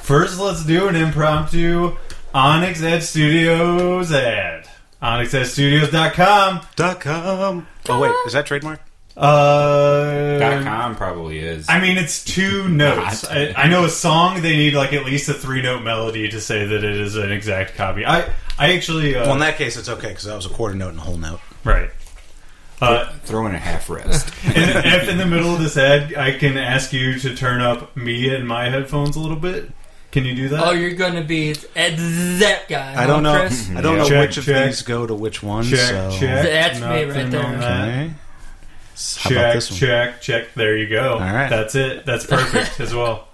First, let's do an impromptu Onyx Edge Studios ad. OnyxEdgeStudios.com. Dot com. Oh wait, is that trademark? Uh, Dot com probably is. I mean, it's two notes. I, I know a song they need like at least a three note melody to say that it is an exact copy. I I actually uh, Well, in that case, it's okay because that was a quarter note and a whole note. right. Uh, Throw in a half rest. and if in the middle of this ad, I can ask you to turn up me and my headphones a little bit. Can you do that? Oh, you're gonna be Ed that guy. I don't huh, know. Oh, Chris? I don't know Check, which of check. these go to which one. check, so. check. That's me right Nothing there. on that. Okay. How about Check, this one? check, check. There you go. All right. That's it. That's perfect as well.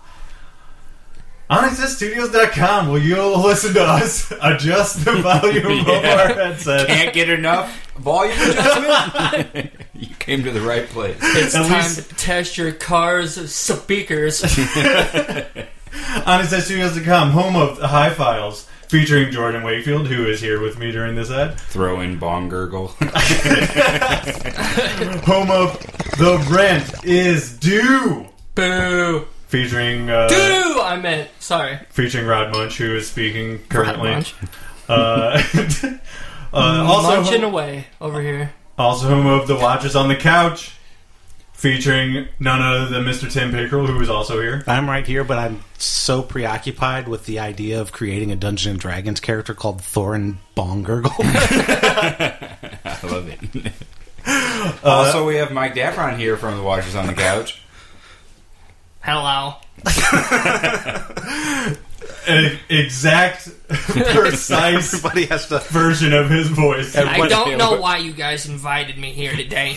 OnyxStudios.com. Will you listen to us adjust the volume of Yeah. our headset? Can't get enough volume adjustment. you came to the right place. It's At time least- to test your car's speakers. OnyxStudios.com, home of the High Files, featuring Jordan Wakefield, who is here with me during this ad. Throw in bong gurgle. Home of The Rent is Due, Boo. featuring uh, Boo. I meant. Sorry. featuring Rod Munch, who is speaking currently. Munch. Uh, uh, also, Munching away over here. Also home of The Watchers on the Couch, featuring none other than Mr. Tim Pickrell, who is also here. I'm right here, but I'm so preoccupied with the idea of creating a Dungeons and Dragons character called Thorin Bongurgle. I love it. also, we have Mike Daffron here from The Watchers on the Couch. Hello. An exact, precise Everybody has to. version of his voice. I Everybody, don't know why you guys invited me here today.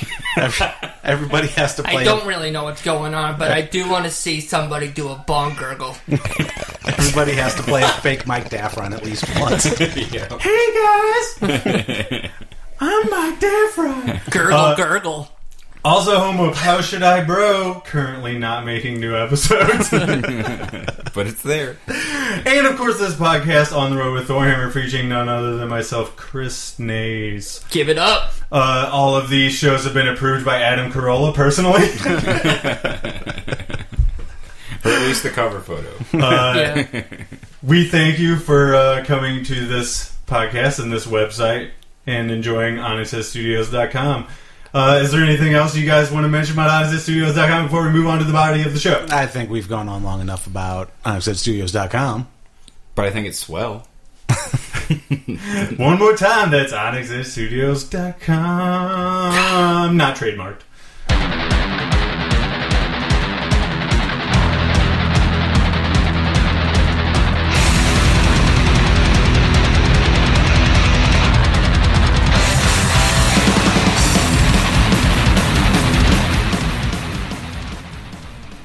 everybody has to play. I don't really know what's going on, but I do want to see somebody do a bong gurgle. Everybody has to play a fake Mike Daffron at least once. Hey guys! I'm Mike Daffron. Gurgle, Uh, gurgle. Also home of How Should I Bro, currently not making new episodes. But it's there. and of course this podcast, On the Road with Thorhammer, featuring none other than myself, Chris Nays. Give it up. Uh, all of these shows have been approved by Adam Carolla personally. Or at least the cover photo. uh, yeah. We thank you for uh, coming to this podcast and this website and enjoying OnyxSStudios.com. Uh, is there anything else you guys want to mention about OnyxSStudios.com before we move on to the body of the show? I think we've gone on long enough about uh, unacceptedstudios.com. But I think it's swell. One more time, that's OnyxSStudios.com. Not trademarked.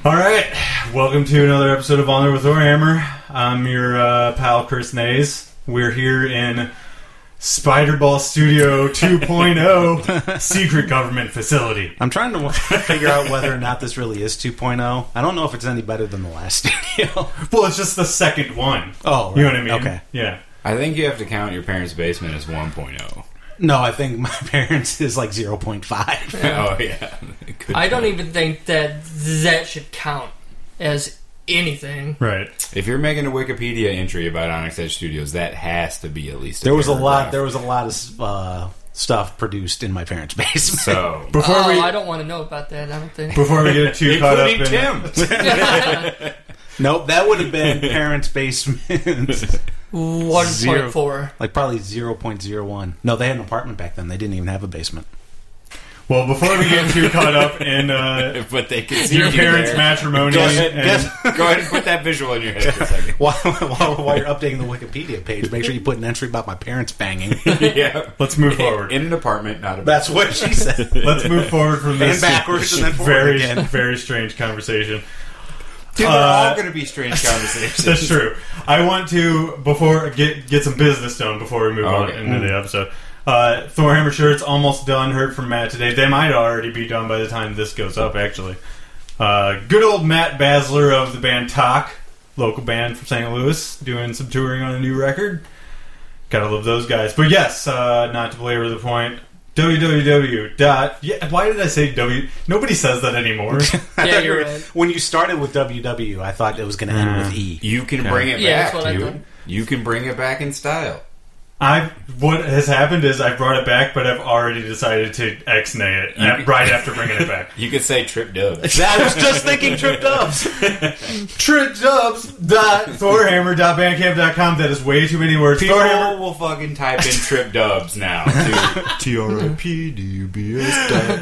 All right, welcome to another episode of Honor with Warhammer. I'm your uh, pal Chris Nays. We're here in Spiderball Studio 2.0 secret government facility. I'm trying to figure out whether or not this really is 2.0. I don't know if it's any better than the last studio. Well, it's just the second one. Oh, right. you know what I mean? Okay. Yeah. I think you have to count your parents' basement as oh. 1.0. No, I think my parents is like 0.5. Oh, yeah. Good. I don't even think that that should count as anything. Right. If you're making a Wikipedia entry about Onyx Edge Studios, that has to be at least. There was a lot. paragraph. There was a lot of uh, stuff produced in my parents' basement. so Before oh, we I don't want to know about that. I don't think. before we get too caught up in including Tim. Nope, that would have been parents' basement. One Zero. point four. like probably 0.01. No, they had an apartment back then. They didn't even have a basement. well before we get too caught up in uh, but they can see your you parents' there. matrimony Guess- guess- and Go ahead and put that visual in your head for a second. While, while, while you're updating the Wikipedia page, make sure you put an entry about my parents banging. yeah. let's move forward. In an apartment, not a That's what she said. Let's move forward from this backwards and then forward very again. very strange conversation. Dude, we're all all going to be strange That's conversations. true. I want to before get get some business done before we move on Okay. into the episode. Uh, Thorhammer shirts almost done. Heard from Matt today. They might already be done by the time this goes up. Actually, uh, good old Matt Basler of the band Talk, local band from St. Louis, doing some touring on a new record. Gotta love those guys. But yes, uh, not to belabor the point, www dot yeah why did i say w nobody says that anymore I Yeah, thought you you're were- right. When you started with WW, I thought it was going to end with E. You can bring it Yeah, back, that's what I dude. thought. You can bring it back in style. i what has happened is i brought it back but i've already decided to x-nay it at- right after bringing it back You could say trip dub. I was just thinking Trip Dubs. tripdubs.thorhammer.bandcamp.com that is way too many words People thorhammer will fucking type in trip dubs now. T R I P D U B S.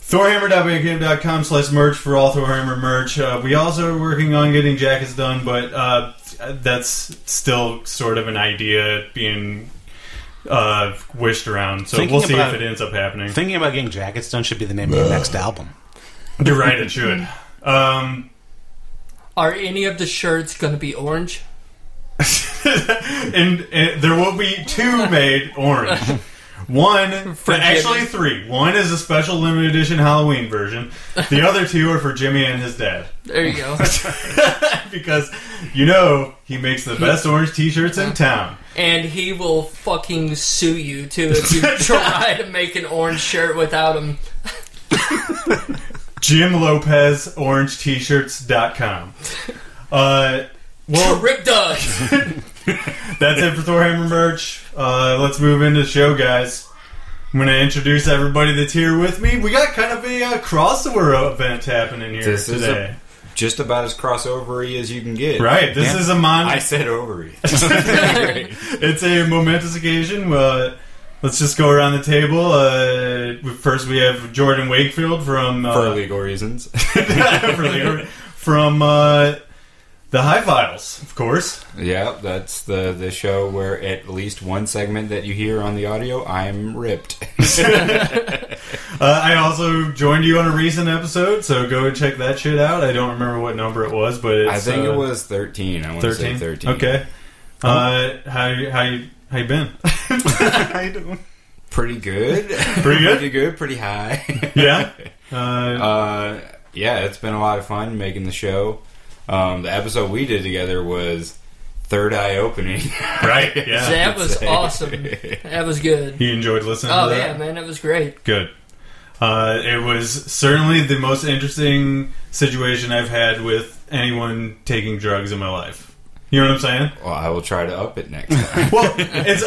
thorhammer.bandcamp.com slash merch for all thorhammer merch uh, we also are working on getting jackets done but uh, that's still sort of an idea being uh, wished around so Thinking we'll see if about- it ends up happening Thinking about getting jackets done should be the name of your next album. you're right it should um, Are any of the shirts going to be orange? and, and there will be two made orange. One, For actually Jimmy. three. One is a special limited edition Halloween version. The other two are for Jimmy and his dad There you go. because you know he makes the best orange t-shirts in town. and he will fucking sue you too if you try to make an orange shirt without him. Jim Lopez Orange T-shirts.com. Uh, well, Rip Doug. That's it for Thorhammer merch. Uh, let's move into the show, guys. I'm going to introduce everybody that's here with me. We got kind of a uh, crossover event happening here This is today. a, just about as crossovery as you can get. right. This Yeah. is a mon. I said ovary. it's a momentous occasion. Uh, let's just go around the table. Uh, we- first, we have Jordan Wakefield from uh, For legal reasons. for legal- from uh, the High Files, of course. yeah, that's the, the show where at least one segment that you hear on the audio, I'm ripped. Uh, I also joined you on a recent episode, so go and check that shit out. I don't remember what number it was, but it's, I think uh, it was 13. I want to say 13? 13. Okay. Uh, how you how you how you been? I don't. Pretty good. Pretty good? pretty good. Pretty high. yeah. Uh, Uh, yeah, it's been a lot of fun making the show. Um, the episode we did together was Third Eye Opening. right. Yeah. that was awesome. That was good. You enjoyed listening. Oh to yeah, that? man, that was great. Good. Uh, it was certainly the most interesting situation I've had with anyone taking drugs in my life. You know what I'm saying? well, I will try to up it next time. Well, it's.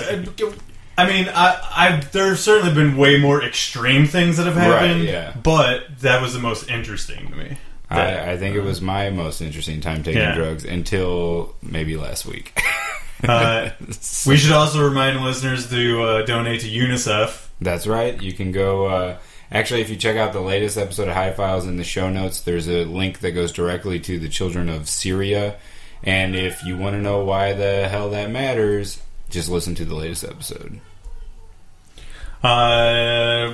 I mean, I, I've there's certainly been way more extreme things that have happened, Right, yeah. but that was the most interesting to me. I, I think it was my most interesting time taking uh, Yeah. drugs until maybe last week. Uh, we should also remind listeners to uh, donate to UNICEF. That's right. You can go. Uh, actually, if you check out the latest episode of High Files in the show notes, there's a link that goes directly to the children of Syria. And if you want to know why the hell that matters, just listen to the latest episode. Uh,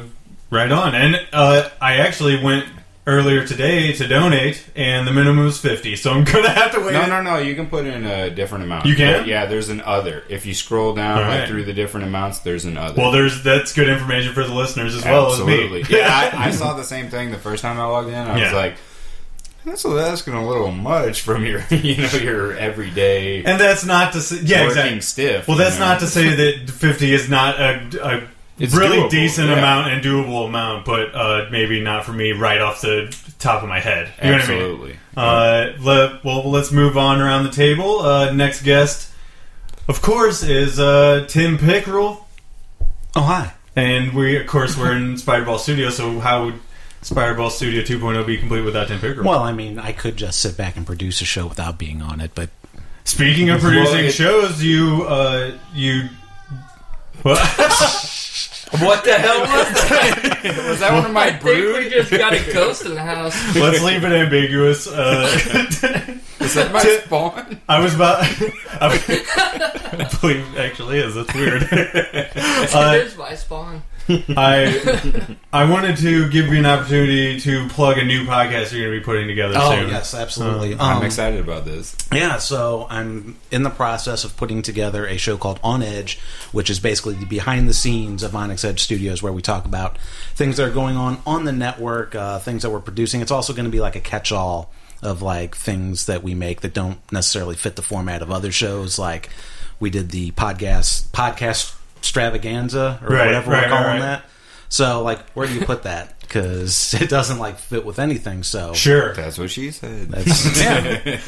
right on. And uh, I actually went earlier today to donate, and the minimum is fifty. So I'm gonna have to wait. No, no, no. You can put in a different amount. You can? But yeah, there's an other. If you scroll down All like, right. through the different amounts, there's an other. Well, there's that's good information for the listeners as well absolutely. as me. yeah, I, I saw the same thing the first time I logged in. I Yeah. was like, that's asking a little much from your, you know, your everyday And that's not to say, yeah, working exactly. stiff. Well, you that's know? not to say that 50 is not a, a It's really doable, decent yeah. amount and doable amount, but uh, maybe not for me right off the top of my head. You know what I mean? Absolutely. Uh, le- well, let's move on around the table. Uh, next guest, of course, is uh, Tim Pickrell, Oh, hi. and we, of course, we're in Spireball Studio. So how would Spireball Studio 2.0 be complete without Tim Pickrell? Well, I mean, I could just sit back and produce a show without being on it, but Speaking of producing Well, it- shows, you uh, you. What the hell was that? Was that one of I my think we brood? just got a ghost in the house. Let's leave it ambiguous. Uh, Is that my spawn? I was about. I believe actually is. That's weird. Uh, There's my spawn. I I wanted to give you an opportunity to plug a new podcast you're going to be putting together soon. absolutely. I'm Um, excited about this. Yeah, so I'm in the process of putting together a show called On Edge, which is basically the behind the scenes of Onyx Edge Studios, where we talk about things that are going on on the network, uh, things that we're producing. It's also going to be like a catch all of like things that we make that don't necessarily fit the format of other shows. Like we did the podcast podcast extravaganza or Right, whatever right, we're calling right, right. that. So, like, where do you put that? Because it doesn't like fit with anything. So, Sure. That's what she said. That's-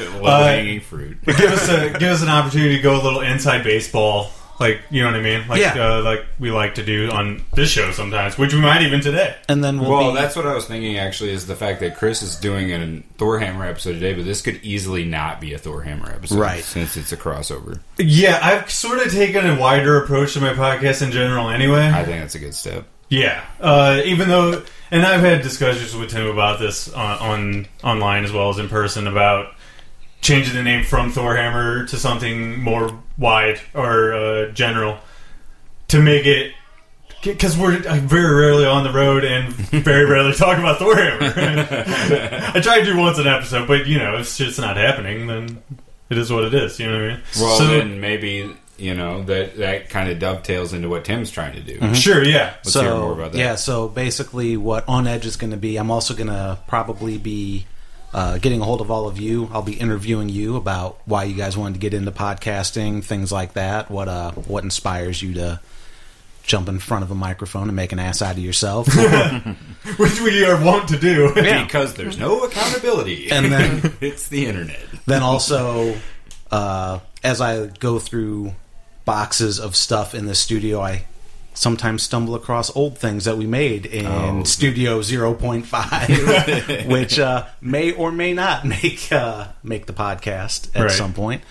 Uh, Low hanging fruit. give us a give us an opportunity to go a little inside baseball. Like you know what I mean? Like Yeah. uh, like we like to do on this show sometimes, which we might even today. and then we'll, Well, be, that's what I was thinking. Actually, is the fact that Chris is doing a Thor Hammer episode today, but this could easily not be a Thor Hammer episode, Right. Since it's a crossover, Yeah, I've sort of taken a wider approach to my podcast in general anyway. I think that's a good step. Yeah, uh, even though, and I've had discussions with him about this on, on online as well as in person about changing the name from Thor Hammer to something more wide or uh, general to make it because we're uh, very rarely on the road and very rarely talk about Thor Hammer. I try to do once an episode, but you know, if shit's not happening, then it is what it is. You know what I mean? Well, So- then maybe you know that that kind of dovetails into what Tim's trying to do. sure, yeah. Let's so hear more about that. yeah. So basically, what on edge is going to be, I'm also going to probably be uh, getting a hold of all of you. I'll be interviewing you about why you guys wanted to get into podcasting, things like that. What uh, what inspires you to jump in front of a microphone and make an ass out of yourself? Which we are wont to do. Because there's no accountability, And then- it's the internet. then also uh, as i go through boxes of stuff in the studio i sometimes stumble across old things that we made in Oh. studio 0.5 which uh, may or may not make uh, make the podcast at Right. some point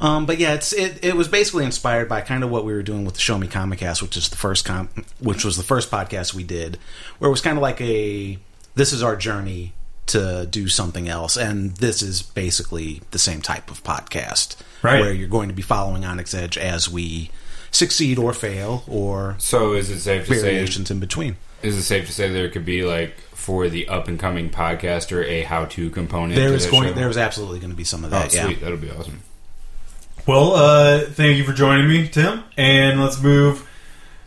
um, but yeah, it's it, it was basically inspired by kind of what we were doing with the Show Me Comicast, which is the first com- which was the first podcast we did, where it was kind of like a this is our journey to do something else, and this is basically the same type of podcast, Right. Where you're going to be following Onyx Edge as we succeed or fail or So is it safe to say? variations in between. Is it safe to say there could be like for the up and coming podcaster a how to component? There to is that going show? there is absolutely going to be some of Oh, that. yeah. sweet, that'll be awesome. Well, uh, thank you for joining me, Tim. And let's move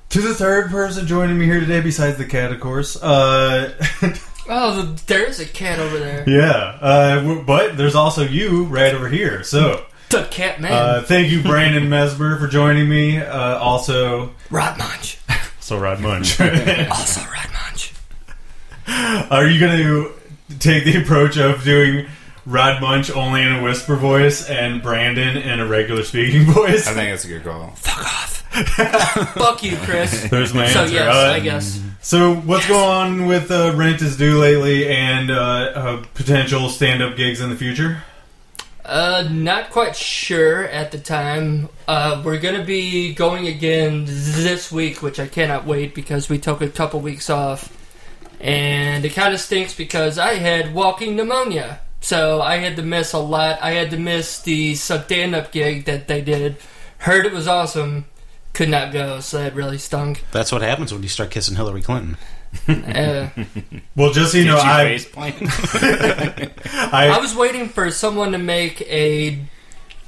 to the third person joining me here today, besides the cat, of course. Uh, Oh, the, there's a cat over there. yeah, uh, w- but there's also you right over here. So The cat man. uh, thank you, Brandon Mesmer, for joining me. Uh, also, Rod Munch. so Rod Munch. also Rod Munch. Are you going to take the approach of doing Rod Munch only in a whisper voice and Brandon in a regular speaking voice? I think that's a good call. Fuck off. Fuck you, Chris. There's my so answer. yes, Uh, I guess. So what's Yes. going on with uh, rent is due lately and uh, uh, potential stand-up gigs in the future? Uh, not quite sure at the time. Uh, we're gonna be going again this week, which I cannot wait because we took a couple weeks off, and it kind of stinks because I had walking pneumonia, so I had to miss a lot. I had to miss the stand-up gig that they did. Heard it was awesome, could not go, so that really stunk. That's what happens when you start kissing Hillary Clinton. Uh, Well, just so you Did know, you I, face plant? I I was waiting for someone to make a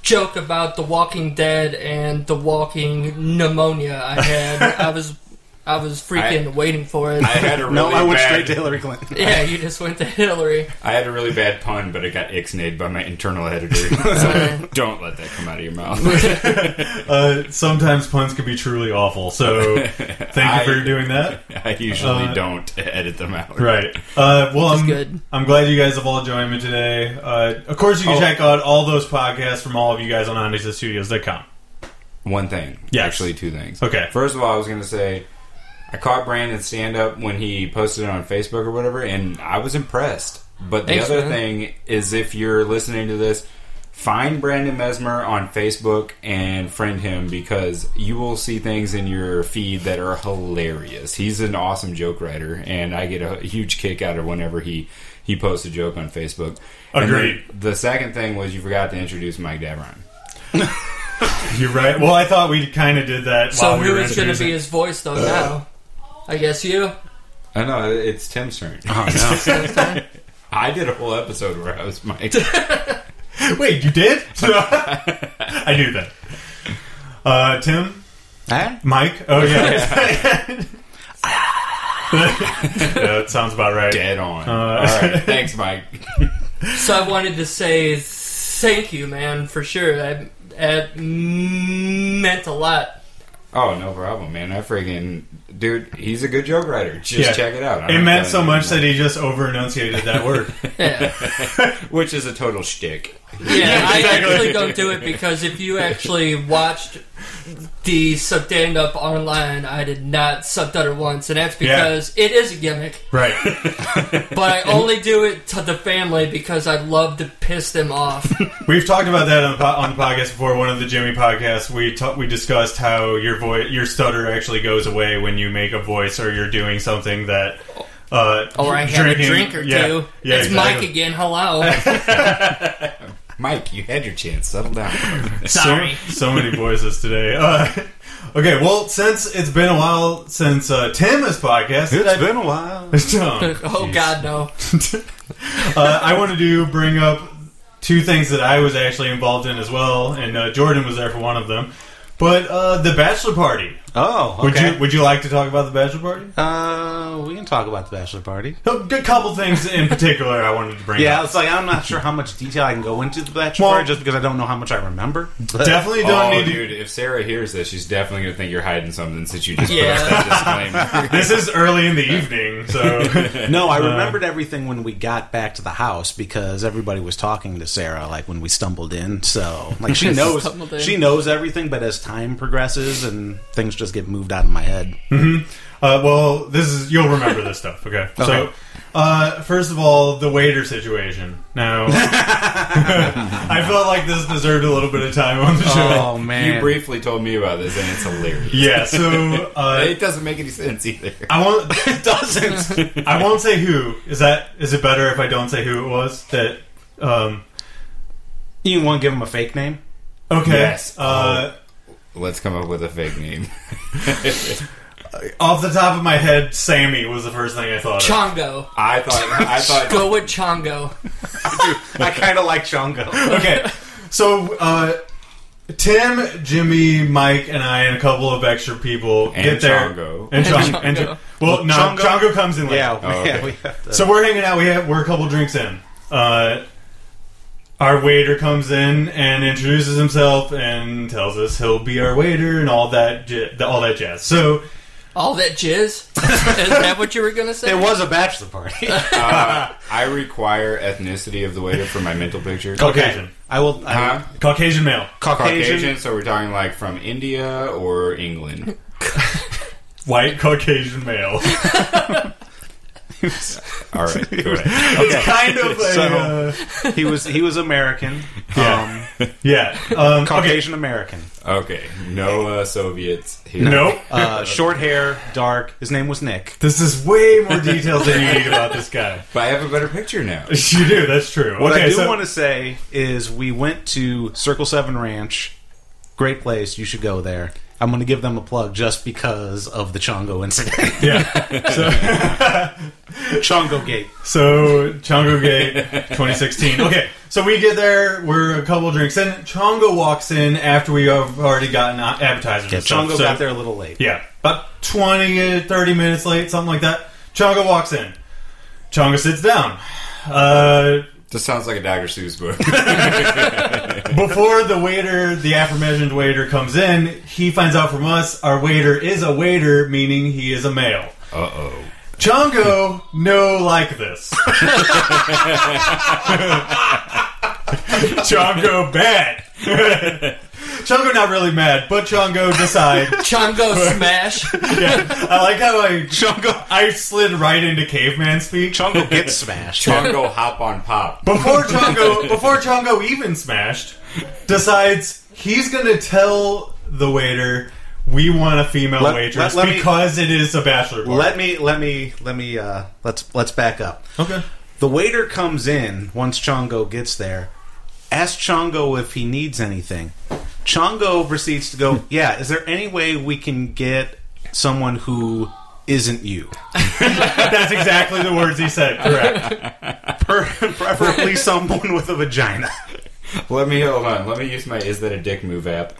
joke about The Walking Dead and the walking pneumonia I had. I was I was freaking waiting for it. I had a really no, I went bad, straight to Hillary Clinton. yeah, you just went to Hillary. I had a really bad pun, but it got ixnayed by my internal editor. so don't let that come out of your mouth. uh, sometimes puns can be truly awful. So thank I- you for doing that. I usually Uh, don't edit them out. Right. Uh, well, Which is I'm good. I'm glad you guys have all joined me today. Uh, of course, you can Oh. check out all those podcasts from all of you guys on OnDaysTheStudios.com. One thing. Yes. Actually, two things. Okay. First of all, I was going to say I caught Brandon stand up when he posted it on Facebook or whatever, and I was impressed. But the Thanks, other man. thing is, if you're listening to this, find Brandon Mesmer on Facebook and friend him because you will see things in your feed that are hilarious. He's an awesome joke writer, and I get a huge kick out of whenever he he posts a joke on Facebook. And then Agreed. The second thing was you forgot to introduce Mike Davron. You're right. Well, I thought we kind of did that. So while we who were Uh. is going to be introducing- his voice though now? I guess you. I know it's Tim's turn. Oh, no. I did a whole episode where I was Mike. Wait, you did? I knew that. Uh, Tim, Eh? Mike. Oh yeah. yeah, that sounds about right. Dead on. All right, thanks, Mike. So I wanted to say thank you, man, for sure. That that meant a lot. Oh, no problem, man. I friggin' dude, he's a good joke writer. Just Yeah. check it out. I'm It not meant telling so you much that anymore. he just over enunciated that word. Yeah. which is a total shtick. Yeah, I Exactly. actually don't do it because if you actually watched the stand up online, I did not subtitle once, and that's because it is a gimmick. Right. But I only do it to the family because I love to piss them off. We've talked about that on the, po- on the podcast before. One of the Jimmy podcasts, we ta- we discussed how your voice, your stutter, actually goes away when you make a voice or you're doing something that. Uh, Or I have drinking- a drink or yeah, two. Yeah, it's exactly. Mike again. Hello. Mike, you had your chance. Settle down. Sorry. So, so many voices today. Uh, okay, well, since it's been a while since uh, Tim has podcasted, I- It's been a while. Oh, oh jeez. God, no. uh, I wanted to bring up two things that I was actually involved in as well, and uh, Jordan was there for one of them. But uh, the bachelor party. Oh, Would okay. you Would you like to talk about the bachelor party? Uh, we can talk about the bachelor party. A couple things in particular I wanted to bring Yeah, up. it's like I'm not sure how much detail I can go into the bachelor Well- party just because I don't know how much I remember. But- Definitely don't Oh, need to. dude, if Sarah hears this, she's definitely going to think you're hiding something since you just put Yeah. out that disclaimer. This is early in the evening, so No, I remembered everything when we got back to the house because everybody was talking to Sarah like when we stumbled in. So like she knows Stumbled in. she knows everything, but as time progresses and things just get moved out of my head. Uh, well, this is you'll remember this stuff. Okay. So, Okay. uh, first of all, the waiter situation. Now, I felt like this deserved a little bit of time on the show. Oh, man. You briefly told me about this, and it's hilarious. Yeah. So uh, It doesn't make any sense either. I won't. it doesn't. I won't say who. Is that? Is it better if I don't say who it was? That. Um, you want to give him a fake name? okay. Yes. Uh, Let's come up with a fake name. off the top of my head, Sammy was the first thing I thought. of. Chongo. I thought. I thought. Go with Chongo. I kind of like Chongo. okay. So uh, Tim, Jimmy, Mike, and I, and a couple of extra people And get there. Chongo. And And Chongo. And Chongo. well, no, Chongo. Chongo- comes in later. Yeah, Oh, yeah. okay. We have to, So we're hanging out. We have, we're a couple drinks in. Uh, our waiter comes in and introduces himself and tells us he'll be our waiter and all that, j- all that jazz. So All that jizz. Is that what you were gonna say? it was a bachelor party. Uh, I require ethnicity of the waiter for my mental picture. Caucasian. I will. I, Huh? Caucasian male, Caucasian. Caucasian. So we're talking like from India or England. white Caucasian male. All right. Go ahead. It's kind of a, So- uh, He was he was American. Yeah. Um, yeah. Um, okay. Caucasian American. Okay. No uh, Soviets here. Nope. Uh, short hair, dark. His name was Nick. This is way more details than you need about this guy. But I have a better picture now. You do. That's true. What okay, I do so, want to say is we went to Circle 7 Ranch. Great place. You should go there. I'm going to give them a plug just because of the Chongo incident. yeah. So, Chongo Gate. so Chongo Gate, 2016. Okay, so we get there. We're a couple drinks in. Chongo walks in after we have already gotten appetizers. and stuff. Chongo So- got there a little late. Yeah, about 20, uh, 30 minutes late, something like that. Chongo walks in. Chongo sits down. Uh, This sounds like a Dr. Seuss book. before the waiter, the aforementioned waiter comes in, he finds out from us our waiter is a waiter, meaning he is a male. Uh oh. Chongo, no like this. Chongo bad. Chongo not really mad, but Chongo decide. Chongo smash. Yeah, I like how I Chongo. I slid right into caveman speak. Chongo gets smashed. Chongo hop on pop. Before Chongo, before Chongo even smashed, decides he's gonna tell the waiter we want a female Let- waitress let- let me- because it is a bachelor bar. Let me let me let me uh let's let's back up. okay. The waiter comes in once Chongo gets there, asks Chongo if he needs anything. Chongo proceeds to go, Yeah, is there any way we can get someone who isn't you? That's exactly the words he said. Correct. Per- preferably someone with a vagina. Let me hold on. Let me use my "Is that a dick" move app.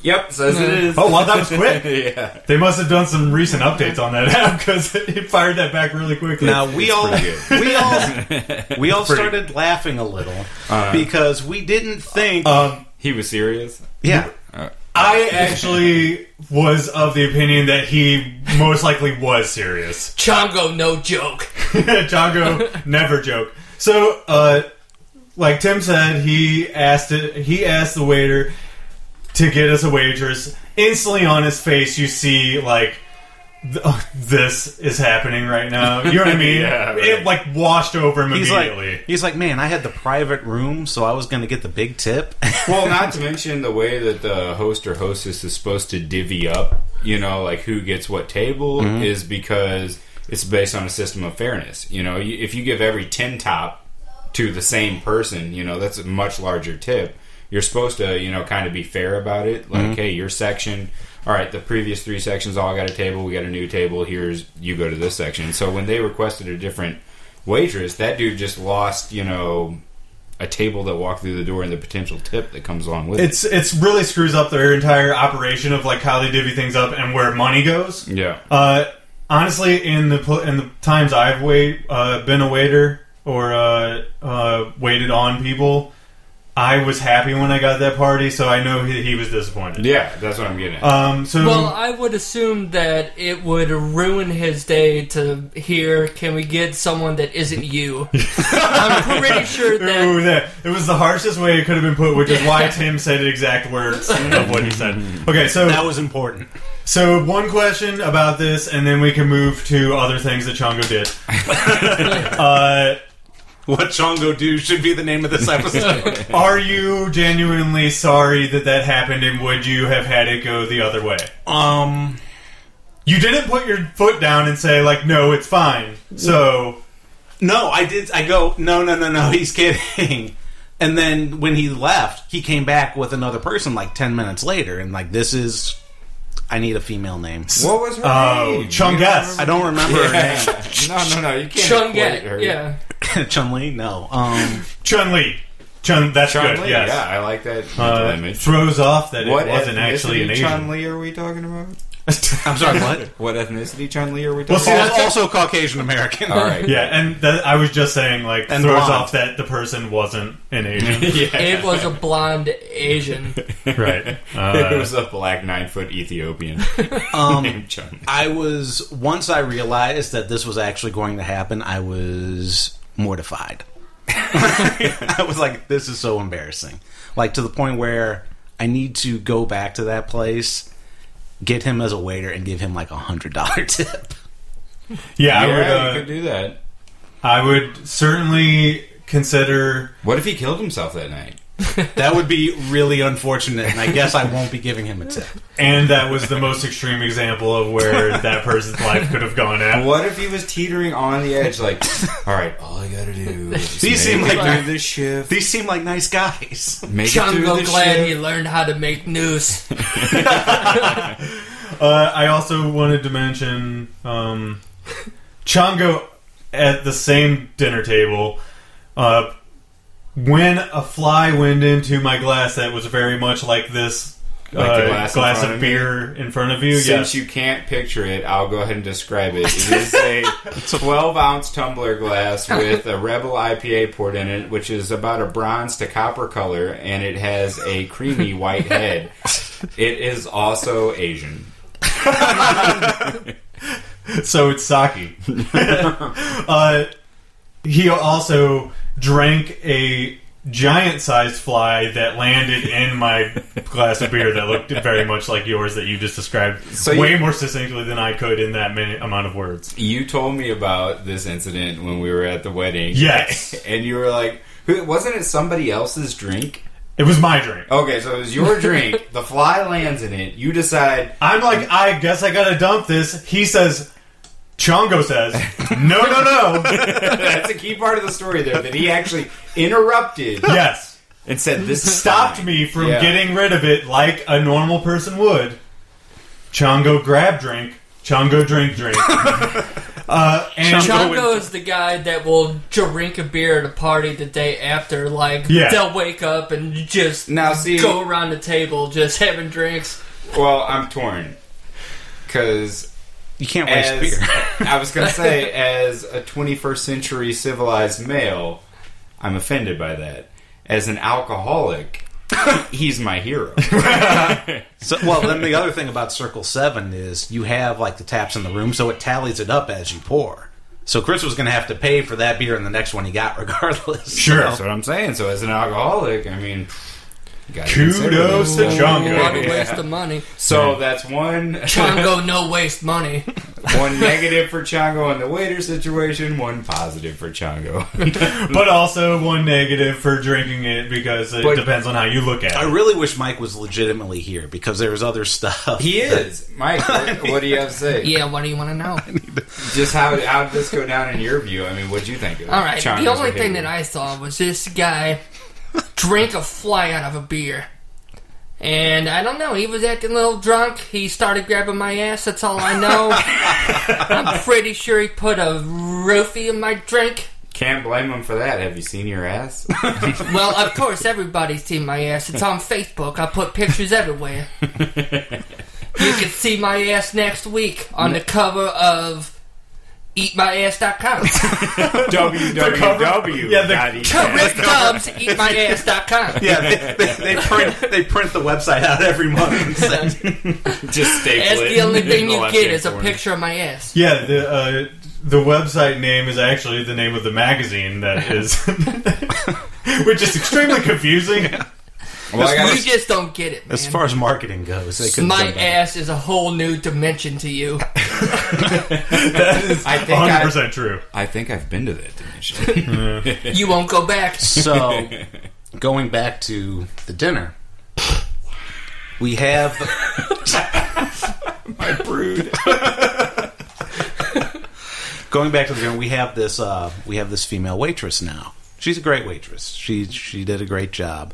yep, says it is. Oh, well, that was quick. yeah. They must have done some recent updates on that app because it fired that back really quickly. Now we all pretty we all Uh-huh. we all started laughing a little because we didn't think um, He was serious. yeah. I actually was of the opinion that he most likely was serious. Chongo, no joke. Django never joke. So, uh, like Tim said, he asked it. He asked the waiter to get us a waitress. Instantly on his face, you see like th- oh, this is happening right now. You know what I mean? Yeah, right. It like washed over him He's immediately. like, he's like, man, I had the private room, so I was going to get the big tip. Well, not to mention the way that the host or hostess is supposed to divvy up, you know, like who gets what table is because it's based on a system of fairness. You know, you- if you give every 10 top to the same person, you know, that's a much larger tip. You're supposed to, you know, kind of be fair about it. Mm-hmm. Like, hey, your section, all right, the previous three sections all got a table, we got a new table, here's, you go to this section. So when they requested a different waitress, that dude just lost, you know, a table that walked through the door and the potential tip that comes along with it. it's it's really screws up their entire operation of like how they divvy things up and where money goes. Yeah. Uh, honestly, in the pl- in the times I've wait uh, been a waiter or uh, uh, waited on people, I was happy when I got that party, so I know he, he was disappointed. Yeah, that's what I'm getting at. Um, so Well, I would assume that it would ruin his day to hear, can we get someone that isn't you? I'm pretty sure Ooh, that. that, it was the harshest way it could have been put, which is why Tim said the exact words of what he said. Okay, so that was important. so one question about this, and then we can move to other things that Chongo did. uh, What Chongo do should be the name of this episode. Are you genuinely sorry that that happened, and would you have had it go the other way? um, You didn't put your foot down and say like, "No, it's fine." So no, I did. I go, no, no, no, no. He's kidding. And then when he left, he came back with another person like ten minutes later, and like this is, I need a female name. What was her Oh, name? Chungess. I don't remember her No, no, no. You can't. equate her. Chungette, yeah. name. Chun Li? No. Um, Chun Li, Chun, that's Chun good. Li. yes. Yeah, I like that mental Uh, image. throws off that What it wasn't actually an ethnicity Chun Asian. Li are we talking about? I'm sorry. What? What ethnicity Chun Li are we talking Well, see, about? that's- also, also Caucasian American. All right. Yeah, and that, I was just saying like And throws blonde. off that the person wasn't an Asian, yeah. It was a blonde Asian. right? It Uh, was a black nine foot Ethiopian Um, named Chun. I was once I realized that this was actually going to happen. I was mortified. I was like, "This is so embarrassing!" Like to the point where I need to go back to that place, get him as a waiter, and give him like a hundred dollar tip. yeah, yeah, I you would. could Uh, do that. I would certainly consider. What if he killed himself that night? That would be really unfortunate, and I guess I won't be giving him a tip. And that was the most extreme example of where that person's life could have gone at. What if he was teetering on the edge? Like, all right, all I gotta do. Is These make seem it like- through this shift. These seem like nice guys. Make it through Chongo this glad he shift. learned how to make noose. Uh, I also wanted to mention um, Chongo at the same dinner table. Uh, when a fly went into my glass, that was very much like this Like the uh, glass glass, in front of, of me? beer in front of you. Yes. Since you can't picture it, I'll go ahead and describe it. It is a 12 ounce tumbler glass with a Rebel IPA poured in it, which is about a bronze to copper color, and it has a creamy white head. It is also Asian. so it's sake. uh, he also drank a giant sized fly that landed in my glass of beer that looked very much like yours that you just described So you- way more succinctly than I could in that many, amount of words. You told me about this incident when we were at the wedding. Yes. And you were like, "Who- wasn't it somebody else's drink? It was my drink. Okay, so it was your drink. The fly lands in it. You decide, I'm like, I guess I gotta dump this. He says, Chongo says, no, no, no. that's a key part of the story there, that he actually interrupted yes. and said, this is Stopped fine." me from Yeah. getting rid of it like a normal person would. Chongo grab drink. Chongo drink drink. uh, and Chongo is the guy that will drink a beer at a party the day after. Like Yeah. they'll wake up and just Now, see- go around the table just having drinks. Well, I'm torn. Because You can't waste as beer. I was gonna say, as a 21st century civilized male, I'm offended by that. As an alcoholic, He's my hero. So, well, then the other thing about Circle Seven is you have like the taps in the room, so it tallies it up as you pour. So Chris was going to have to pay for that beer and the next one he got, regardless. Sure. That's what I'm saying. So as an alcoholic, I mean, you gotta Kudos consider those to things. Chongo. What a Yeah. waste of money. So that's one Chongo, no waste money. one negative for Chongo in the waiter situation, one positive for Chongo. But also one negative for drinking it because it But- depends on how you look at I it. really wish Mike was legitimately here because there was other stuff. he is Mike. What, what do you have to say? Yeah, what do you want to know? Just how how did this go down in your view? I mean, what'd you think? Of All right. Chongo's the only thing behavior? that I saw was this guy drank a fly out of a beer, and I don't know. He was acting a little drunk. He started grabbing my ass. That's all I know. I'm pretty sure he put a roofie in my drink. can't blame him for that. Have you seen your ass? Well, of course, everybody's seen my ass. It's on Facebook. I put pictures everywhere. you can see my ass next week on the cover of EatMyAss.com. www. Yeah, the- dot E. Rick Dubs, EatMyAss.com. Yeah, they, they, they print they print the website out every month. And send, Just staple That's it the only in thing the you left-hand get is a corner. picture of my ass. Yeah, the uh, the website name is actually the name of the magazine that is, which is extremely confusing. Well, I You gotta- just don't get it, man. as far as marketing goes, they could my ass is a whole new dimension to you. That is I think I- 100% true. I think I've been to that dimension. You won't go back. So, going back to the dinner, we have I brood. going back to the dinner. We have this uh, we have this female waitress now. She's a great waitress. She she did a great job.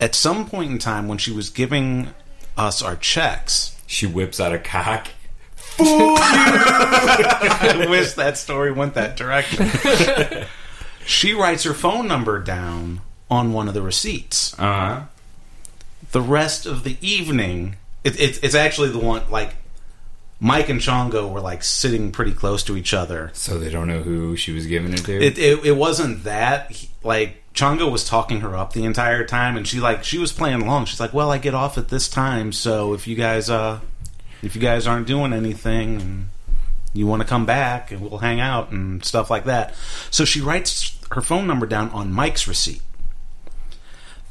At some point in time, when she was giving us our checks, She whips out a cock. I wish that story went that direction. she writes her phone number down on one of the receipts. Uh huh. the rest of the evening it, it, it's actually the one like mike and chongo were like sitting pretty close to each other So they don't know who she was giving it to. it, it, it wasn't that he- like chongo was talking her up the entire time and she like she was playing along she's like well i get off at this time so if you guys uh if you guys aren't doing anything and you want to come back and we'll hang out and stuff like that so she writes her phone number down on mike's receipt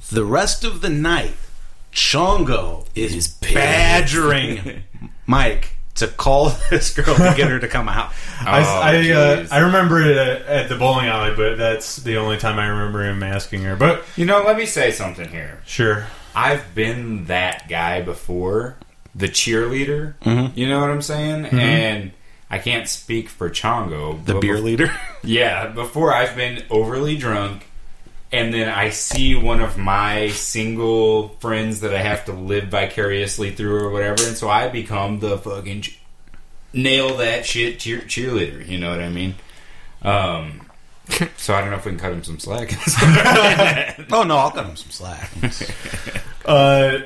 the rest of the night chongo is is pissed. badgering mike to call this girl to get her to come out I, I, uh, Oh, jeez. I remember it at, at the bowling alley, but that's the only time I remember him asking her. But you know, let me say something here. sure. I've been that guy before, the cheerleader. Mm-hmm. You know what I'm saying? And I can't speak for Chongo. the but beer bef- leader yeah, before I've been overly drunk, and then I see one of my single friends that I have to live vicariously through or whatever, and so I become the fucking ch- nail that shit cheer- cheerleader. You know what I mean? Um, so I don't know if we can cut him some slack. Oh no, I'll cut him some slack. Uh,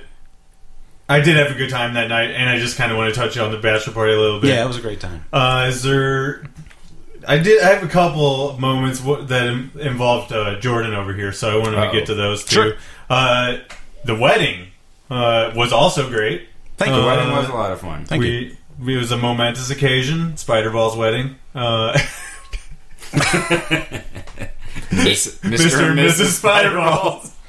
I did have a good time that night, and I just kind of want to touch on the bachelor party a little bit. yeah, it was a great time. Uh, is there? I did. I have a couple moments w- that Im- involved uh, Jordan over here, so I wanted to Uh-oh. get to those too. Sure. Uh, the wedding uh, was also great. Uh, Thank The you. wedding was a lot of fun. Thank you. we it was a momentous occasion. Spiderball's wedding. Uh, Miss- Mr. and Mrs. Spiderball.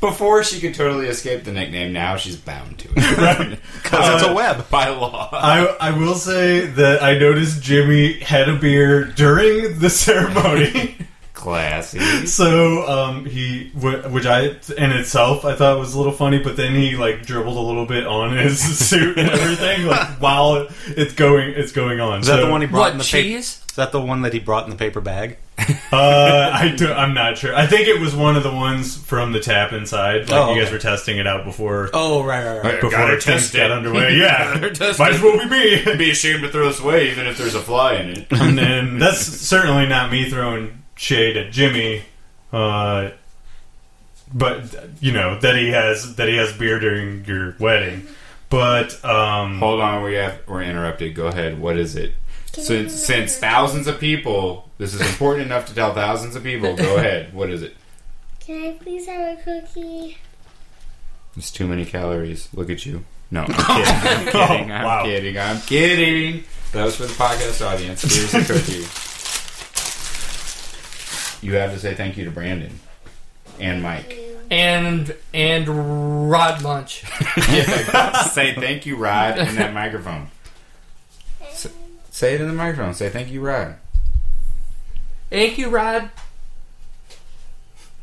Before she could totally escape the nickname, now she's bound to it Because Uh, it's a web. by law. I, I will say that I noticed Jimmy had a beer during the ceremony. Classy. So um, he, wh- which I in itself I thought was a little funny, but then he like dribbled a little bit on his suit and everything, like while it's going, it's going on. Is that So, the one he brought What, in the cheese? paper? Is that the one that he brought in the paper bag? Uh, I do, I'm not sure. I think it was one of the ones from the tap inside. Like Oh, you guys okay. were testing it out before Oh right, right, right. before Gotta things test it. got underway. Yeah, Gotta test might it. as well be me. be ashamed to throw this away, even if there's a fly in it. and then that's certainly not me throwing shade at Jimmy. Uh, but you know that he has that he has beer during your wedding. But um, Hold on, we have, we're interrupted. Go ahead. What is it? Since, since thousands of people, this is important enough to tell thousands of people. Go ahead. What is it? Can I please have a cookie? It's too many calories. Look at you. No, I'm kidding. I'm kidding. I'm oh, Wow. kidding. I'm kidding. That was for the podcast audience. Here's the cookie. You have to say thank you to Brandon and Mike. and and Rod Munch. Yeah, say thank you, Rod, in that microphone. S- say it in the microphone. Say thank you, Rod. Thank you, Rod.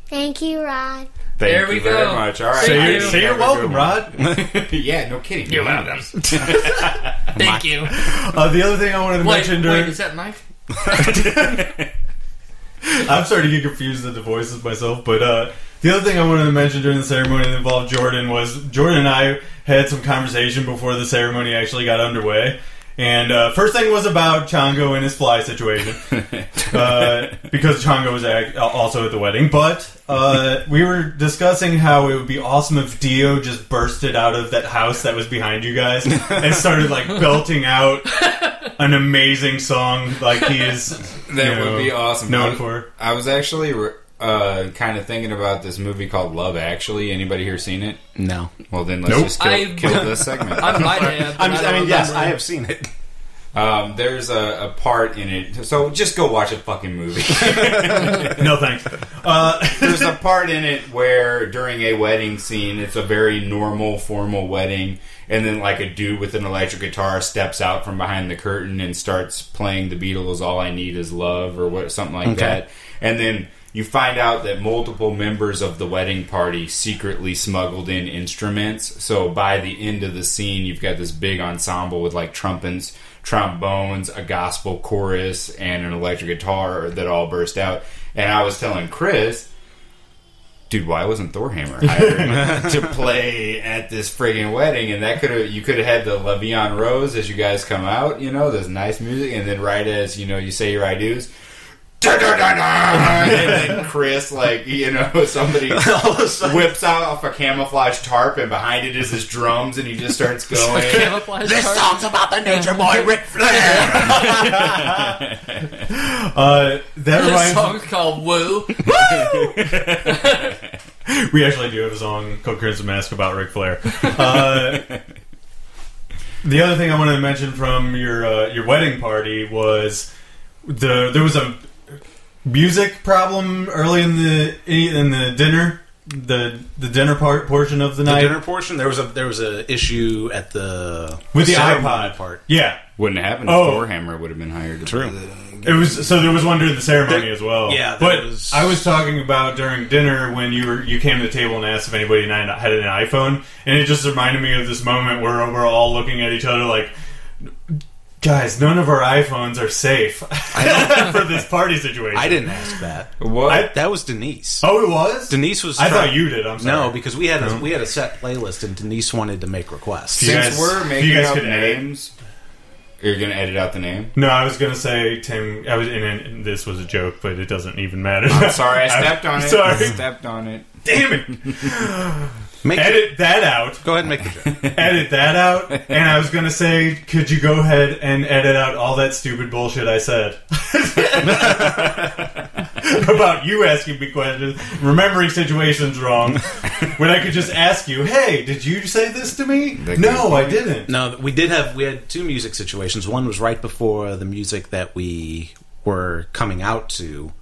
Thank you, Rod. Thank There we you very go. much. All right. Say Say Thank you're, you. say you're Have a good welcome, one. Rod. yeah, no kidding. You're welcome. Thank you. Uh, the other thing I wanted to Wait, mention wait, during. is that Mike? I'm starting to get confused with the voices myself, but uh, the other thing I wanted to mention during the ceremony that involved Jordan was Jordan and I had some conversation before the ceremony actually got underway. And uh, first thing was about Chongo and his fly situation, uh, because Chongo was ac- also at the wedding. But uh, we were discussing how it would be awesome if Dio just bursted out of that house that was behind you guys and started like belting out an amazing song, like he is. That you know, would be awesome. I Known was- for. I was actually uh, kind of thinking about this movie called Love Actually. Anybody here seen it? No. Well, then let's Nope. just kill, I- kill this segment. I might have. but I'm, I don't mean, yes, remember. I have seen it. Um, there's a, a part in it. So just go watch a fucking movie. No thanks. Uh, there's a part in it where during a wedding scene, it's a very normal, formal wedding, and then like a dude with an electric guitar steps out from behind the curtain and starts playing the Beatles' "All I Need Is Love" or what, something like that, and then. You find out that multiple members of the wedding party secretly smuggled in instruments. So by the end of the scene, you've got this big ensemble with like trumpets, trombones, a gospel chorus, and an electric guitar that all burst out. And I was telling Chris, dude, why wasn't Thorhammer hired to play at this friggin' wedding? And that could have you could have had the Le'Veon Rose as you guys come out, you know, there's nice music, and then right as you know you say your I do's. and then Chris, like you know, somebody All of a sudden, whips out off a camouflage tarp, and behind it is his drums, and he just starts going. Camouflage card. about the nature boy Ric Flair. uh, that This reminds song's called Woo. we actually do have a song called Crimson Mask about Ric Flair. Uh, the other thing I wanted to mention from your uh, your wedding party was the there was a music problem early in the in the dinner the the dinner part portion of the The night dinner portion. There was a there was a issue at the with the ceremony iPod part. Yeah, Wouldn't happen if Oh. Thorhammer would have been hired. To True. play the- it was so there was one during the ceremony as well. yeah, there but was- I was talking about during dinner when you were you came to the table and asked if anybody had an had an iPhone, and it just reminded me of this moment where we're all looking at each other like. Guys, none of our iPhones are safe for this party situation. I didn't ask that. What? I- That was Denise. Oh, it was. Denise was. I trying- thought you did. I'm sorry. Oh. No, because we had a, we had a set playlist, and Denise wanted to make requests. Yeah. you Since guys- we're if making you guys up could edit. names, you're gonna edit out the name. no, I was gonna say Tim. I was, and, and this was a joke, but it doesn't even matter. I'm sorry, I stepped on it. sorry. I stepped on it. Damn it! Make Edit that out. Go ahead and make the joke. edit that out. And I was gonna say, could you go ahead and edit out all that stupid bullshit I said about you asking me questions, remembering situations wrong, when I could just ask you, "Hey, did you say this to me? That no, goes- I didn't." No, we did have we had two music situations. One was right before the music that we were coming out to.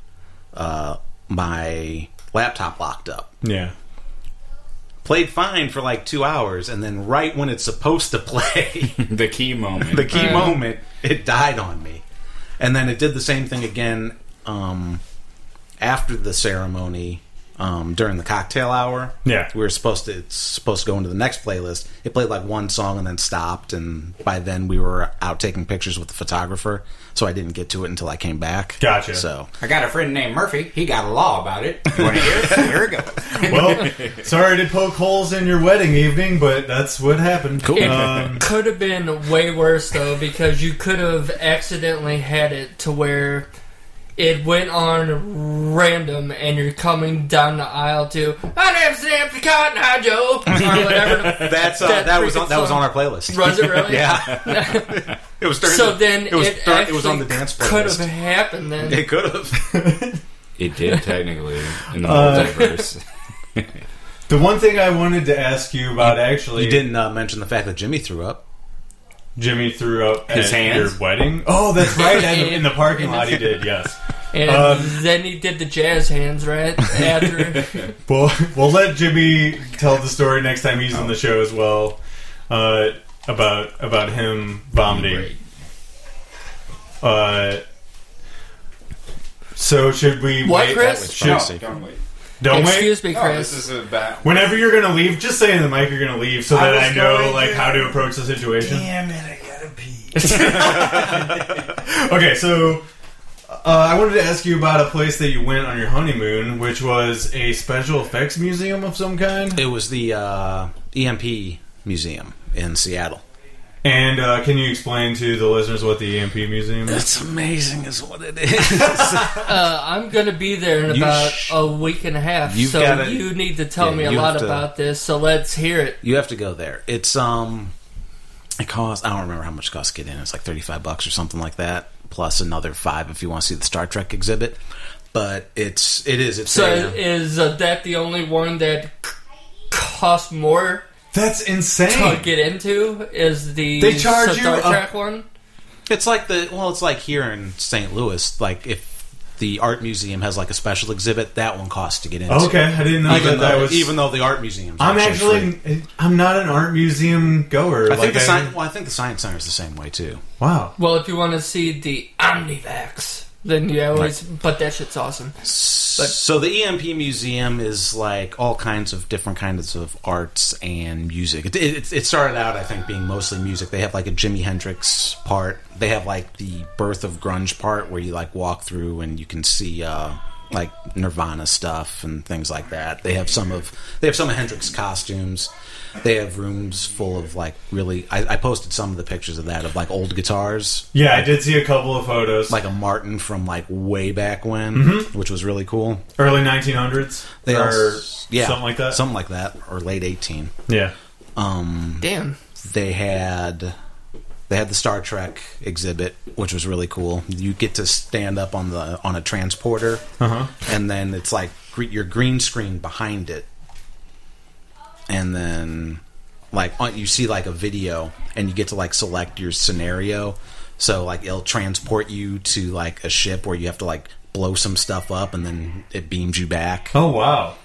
Uh, my laptop locked up. Yeah. Played fine for like two hours, and then right when it's supposed to play, The key moment. the key moment, it died on me. And then it did the same thing again um, after the ceremony um, during the cocktail hour. Yeah. we were supposed to it's supposed to go into the next playlist. It played like one song and then stopped. And by then we were out taking pictures with the photographer, so I didn't get to it until I came back. Gotcha. So I got a friend named Murphy. He got a law about it. You want to hear it? Here it goes. Well, sorry to poke holes in your wedding evening, but that's what happened. Cool. Um, could have been way worse though because you could have accidentally had it to where it went on random and you're coming down the aisle to I have Sam the Cotton Eye Joe or whatever. the- that's uh, That that, was freaking on, that was song. on our playlist. Was it really? yeah, it was. During So the- then it was. it, dur- it was on the actually dance Could have playlist. happened then. It could have. It did technically in the Uh, multiverse. The one thing I wanted to ask you about, actually, You didn't uh, mention the fact that Jimmy threw up. Jimmy threw up His at hands? your wedding. Oh, that's right. at- in the parking lot, he did. Yes. And Um, then he did the jazz hands right after. Well, we'll let Jimmy tell the story next time he's on the show as well uh, about about him vomiting. Uh, so should we What, wait? Chris? Should, Oh. don't wait. Don't wait. Excuse me, No, Chris. Oh, this is a bad. Whenever you're gonna leave, just say in the mic you're gonna leave so I that was I, know going like to. how to approach the situation. Damn it! I gotta pee. Okay, so uh, I wanted to ask you about a place that you went on your honeymoon, which was a special effects museum of some kind. It was the uh, EMP museum in Seattle. And uh, can you explain to the listeners what the EMP museum is? It's amazing, is what it is. Uh, I'm going to be there in You about sh- a week and a half, You've so gotta- you need to tell Yeah, me a you lot have to- about this. So let's hear it. you have to go there. It's um, it costs. I don't remember how much it costs to get in. It's like thirty five bucks or something like that, plus another five if you want to see the Star Trek exhibit. But it's it is it's So there now. is uh, that the only one that c- costs more That's to insane. get into? Is the They charge Star you a- Trek one? It's like the well, it's like here in St. Louis, like if the art museum has like a special exhibit, that one costs to get into. Okay, I didn't know Even that, that though, was. even though the art museum, I'm actually, I'm not an art museum goer. I think like the science. Well, I think the science center is the same way too. Wow. Well, if you want to see the Omnivax, then you always. But that shit's awesome. so the EMP museum is like all kinds of different kinds of arts and music. It, it, it started out, I think, being mostly music. They have like a Jimi Hendrix part. They have like the birth of grunge part where you like walk through and you can see uh, like Nirvana stuff and things like that. They have some of they have some of Hendrix costumes. They have rooms full of like really. I, I posted some of the pictures of that of like old guitars Yeah, I did see a couple of photos. like a Martin from like way back when, which was really cool. early 1900s They or als- yeah, something like that. something like that, or late eighteen. yeah. Um, Damn. they had they had the Star Trek exhibit, which was really cool. You get to stand up on the on a transporter, Uh huh. and then it's like gre- your green screen behind it, and then like on- you see like a video, and you get to like select your scenario. So like it'll transport you to like a ship where you have to like blow some stuff up, and then it beams you back. Oh wow.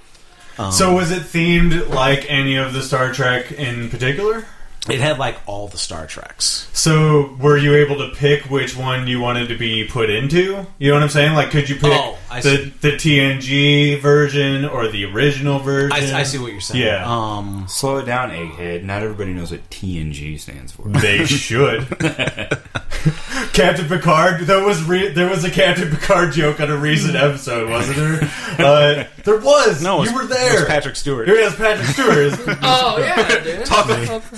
Um, so was it themed like any of the Star Trek in particular? It had like all the Star Treks. So were you able to pick which one you wanted to be put into? You know what I'm saying? Like, could you pick Oh, I the see. the TNG version or the original version? I, I see what you're saying. Yeah. Um, Slow it down, egghead. Not everybody knows what TNG stands for. They should. Captain Picard. There was re- there was a Captain Picard joke on a recent episode, wasn't there? Uh, there was. no, you were there. Patrick Stewart. Here it is, Patrick Stewart. Oh yeah, dude.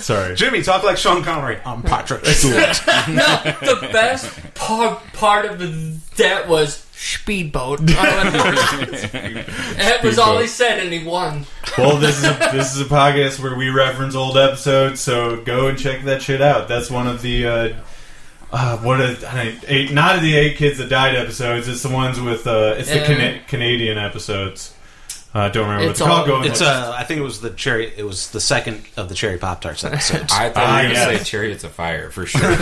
Sorry. Jimmy, talk like Sean Connery. I'm Patrick Stewart. the best po- part of that was speedboat. that was all he said, and he won. Well, this is a, this is a podcast where we reference old episodes, so go and check that shit out. That's one of the uh, uh, what is I don't- eight, not of the eight kids that died episodes. It's the ones with uh, it's the Uh, Cana- Canadian episodes. I uh, don't remember what It's they're called. all- Go and It's look. uh, I think it was the cherry. It was the second of the cherry pop tarts episodes. I thought you were Ah, gonna yes. say chariots of fire for sure.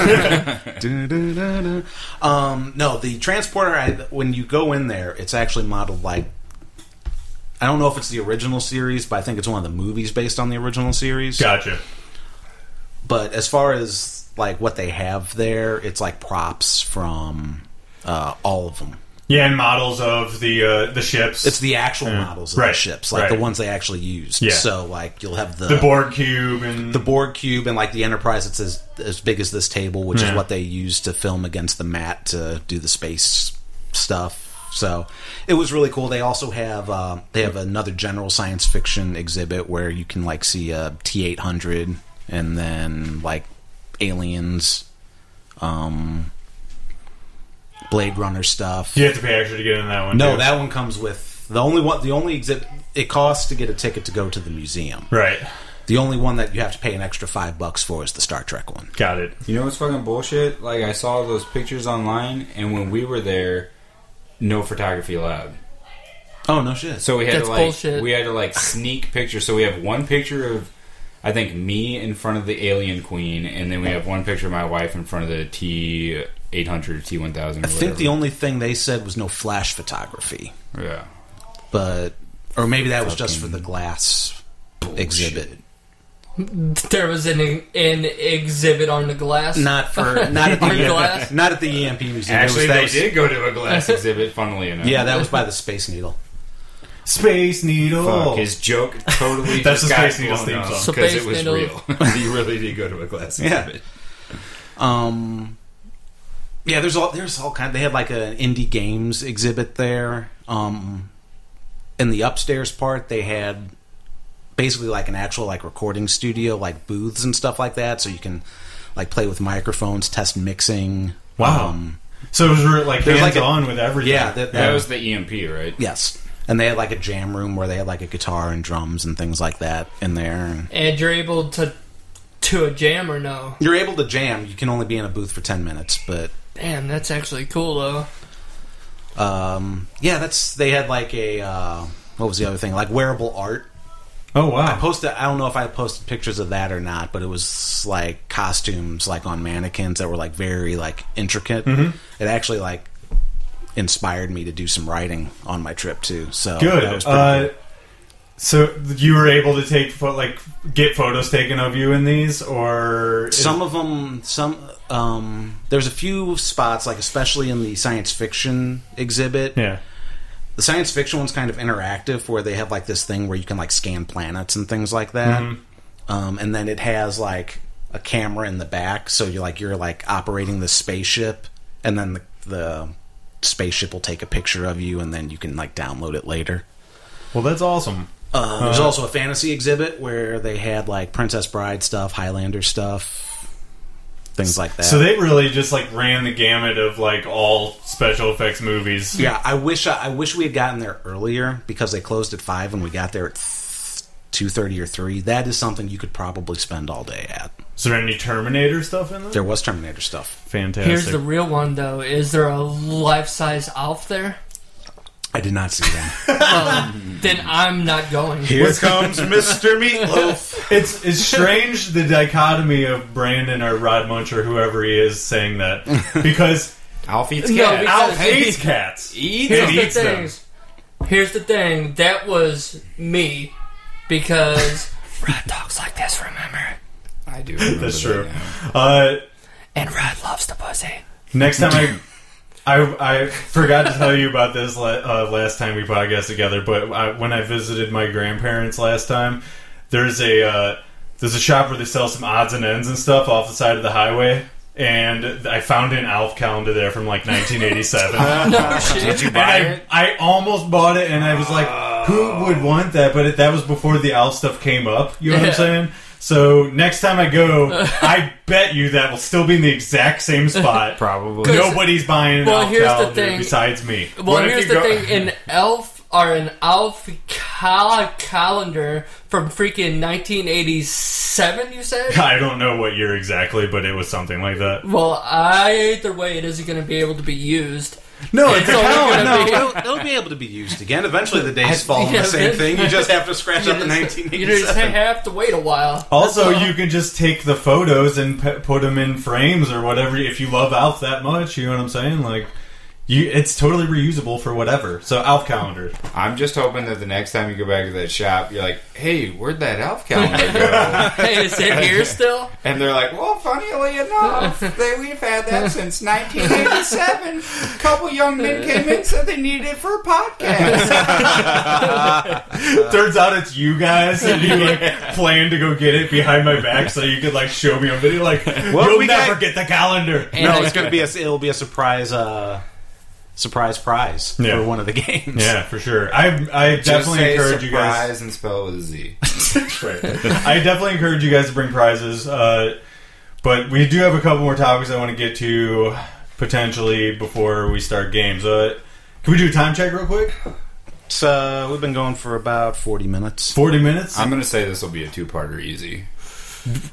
Du-du-du-du. um, no, the transporter. I, when you go in there, it's actually modeled like. I don't know if it's the original series, but I think it's one of the movies based on the original series. gotcha. But as far as like what they have there, it's like props from uh, all of them. Yeah, and models of the uh, the ships. It's the actual models of the Right, ships, like right. the ones they actually used. Yeah. So like you'll have the the Borg cube and uh, the Borg cube and like the Enterprise that's as, as big as this table, which Yeah. is what they used to film against the mat to do the space stuff. So it was really cool. They also have uh, they have another general science fiction exhibit where you can like see a T eight hundred and then like aliens, um, Blade Runner stuff. you have to pay extra to get in that one. No, too. that one comes with the only one. The only exhibit it costs to get a ticket to go to the museum. right. The only one that you have to pay an extra five bucks for is the Star Trek one. Got it. you know what's fucking bullshit? Like I saw those pictures online, and when we were there, no photography allowed. Oh no shit. So we had That's to like bullshit. we had to like sneak pictures. So we have one picture of I think me in front of the alien queen, and then we have one picture of my wife in front of the T eight hundred T one thousand. I think the only thing they said was no flash photography, yeah but or maybe that was just for Fucking the glass exhibit, There was an an exhibit on the glass. not for not at the E On glass? not at the EMP museum. It was- actually that they was- did go to a glass exhibit. Funnily enough, Yeah, that was by the Space Needle. Space Needle. Oh. Fuck, his joke totally That's just the got Space Needles blown theme up song. because Space it was Needle. real. he really did go to a glass Yeah. exhibit. Um, yeah, there's all there's all kind. They had like an indie games exhibit there. Um, in the upstairs part, they had basically like an actual like recording studio, like booths and stuff like that, so you can like play with microphones, test mixing. Um, Wow. so it was re- like There's hands like a- on with everything. yeah, that, That was the EMP, right? yes. And they had like a jam room where they had like a guitar and drums and things like that in there. And And you're able to to a jam or no? you're able to jam. You can only be in a booth for ten minutes, but Damn, that's actually cool though. Um, yeah, that's they had like a uh, what was the other thing? Like wearable art. oh I wow. posted. I don't know if I posted pictures of that or not, but it was like costumes like on mannequins that were like very like intricate. Mm-hmm. It actually like inspired me to do some writing on my trip too. So that Good. was pretty Uh, cool. so you were able to take pho- like get photos taken of you in these, or is- some of them some um there's a few spots like especially in the science fiction exhibit yeah. the science fiction one's kind of interactive where they have like this thing where you can like scan planets and things like that um, and then it has like a camera in the back so you're like you're like operating the spaceship and then the, the spaceship will take a picture of you and then you can like download it later Well, that's awesome. uh, there's also a fantasy exhibit where they had like princess bride stuff highlander stuff things like that So they really just like ran the gamut of like all special effects movies. Yeah, I wish uh, I, I wish we had gotten there earlier because they closed at five and we got there at two thirty or three. That is something you could probably spend all day at. Is there any Terminator stuff in there? There was Terminator stuff. Fantastic. Here's the real one though. Is there a life size Alf there? I did not see them. Then I'm not going. Here comes Mister Meatloaf. It's it's strange the dichotomy of Brandon or Rod Munch or whoever he is saying that because Alf eats No, cat. because- Alf hates cats. eats Here's He the eats them. thing. Here's the thing. That was me because Rod talks like this. Remember, I do. remember That's that true. now. Uh, and Rod loves the pussy. next time I, I I forgot to tell you about this la- uh, last time we podcast together, but I, when I visited my grandparents last time, there's a uh, there's a shop where they sell some odds and ends and stuff off the side of the highway. And I found an Alf calendar there from like 1987. No shit. Did you buy And it? Oh. I, I almost bought it, and I was like, who would want that? But it, that was before the Alf stuff came up. You know what Yeah. I'm saying? So next time I go, I bet you that will still be in the exact same spot. Probably. Good. Nobody's buying an Well, Alf here's the calendar thing. besides me. Well, What if here's you the go- thing: an elf or an elf cal- calendar from freaking 1987. You said. I don't know what year exactly, but it was something like that. Well, either way, it isn't going to be able to be used. No, it's It's only no, gonna no. be- It'll, it'll be able to be used again eventually. The days fall on yeah, the same then- thing. You just have to scratch up the nineteen You just eighty-seven. have to wait a while. Also, That's all. you can just take the photos and pe- put them in frames or whatever if you love Alf that much. You know what I'm saying? Like, you, it's totally reusable for whatever. So Alf calendar. I'm just hoping that the next time you go back to that shop, you're like, "Hey, where'd that elf calendar go?" Hey, is it here still? and they're like, "Well, funnily enough, they, we've had that since 1987. A couple young men came in said they needed it for a podcast. Uh, Turns out it's you guys, and you like planned to go get it behind my back so you could like show me on video. Like, you'll we never got- get the calendar. And No, I- it's gonna be a it'll be a surprise uh, surprise prize Yeah. for one of the games. Yeah, for sure. I I Just definitely say encourage you guys. surprise and spell it with a Z. Right. I definitely encourage you guys to bring prizes. Uh, but we do have a couple more topics I want to get to potentially before we start games. Uh, can we do a time check real quick? So we've been going for about forty minutes. 40 minutes? I'm gonna say this will be a two-parter, easy.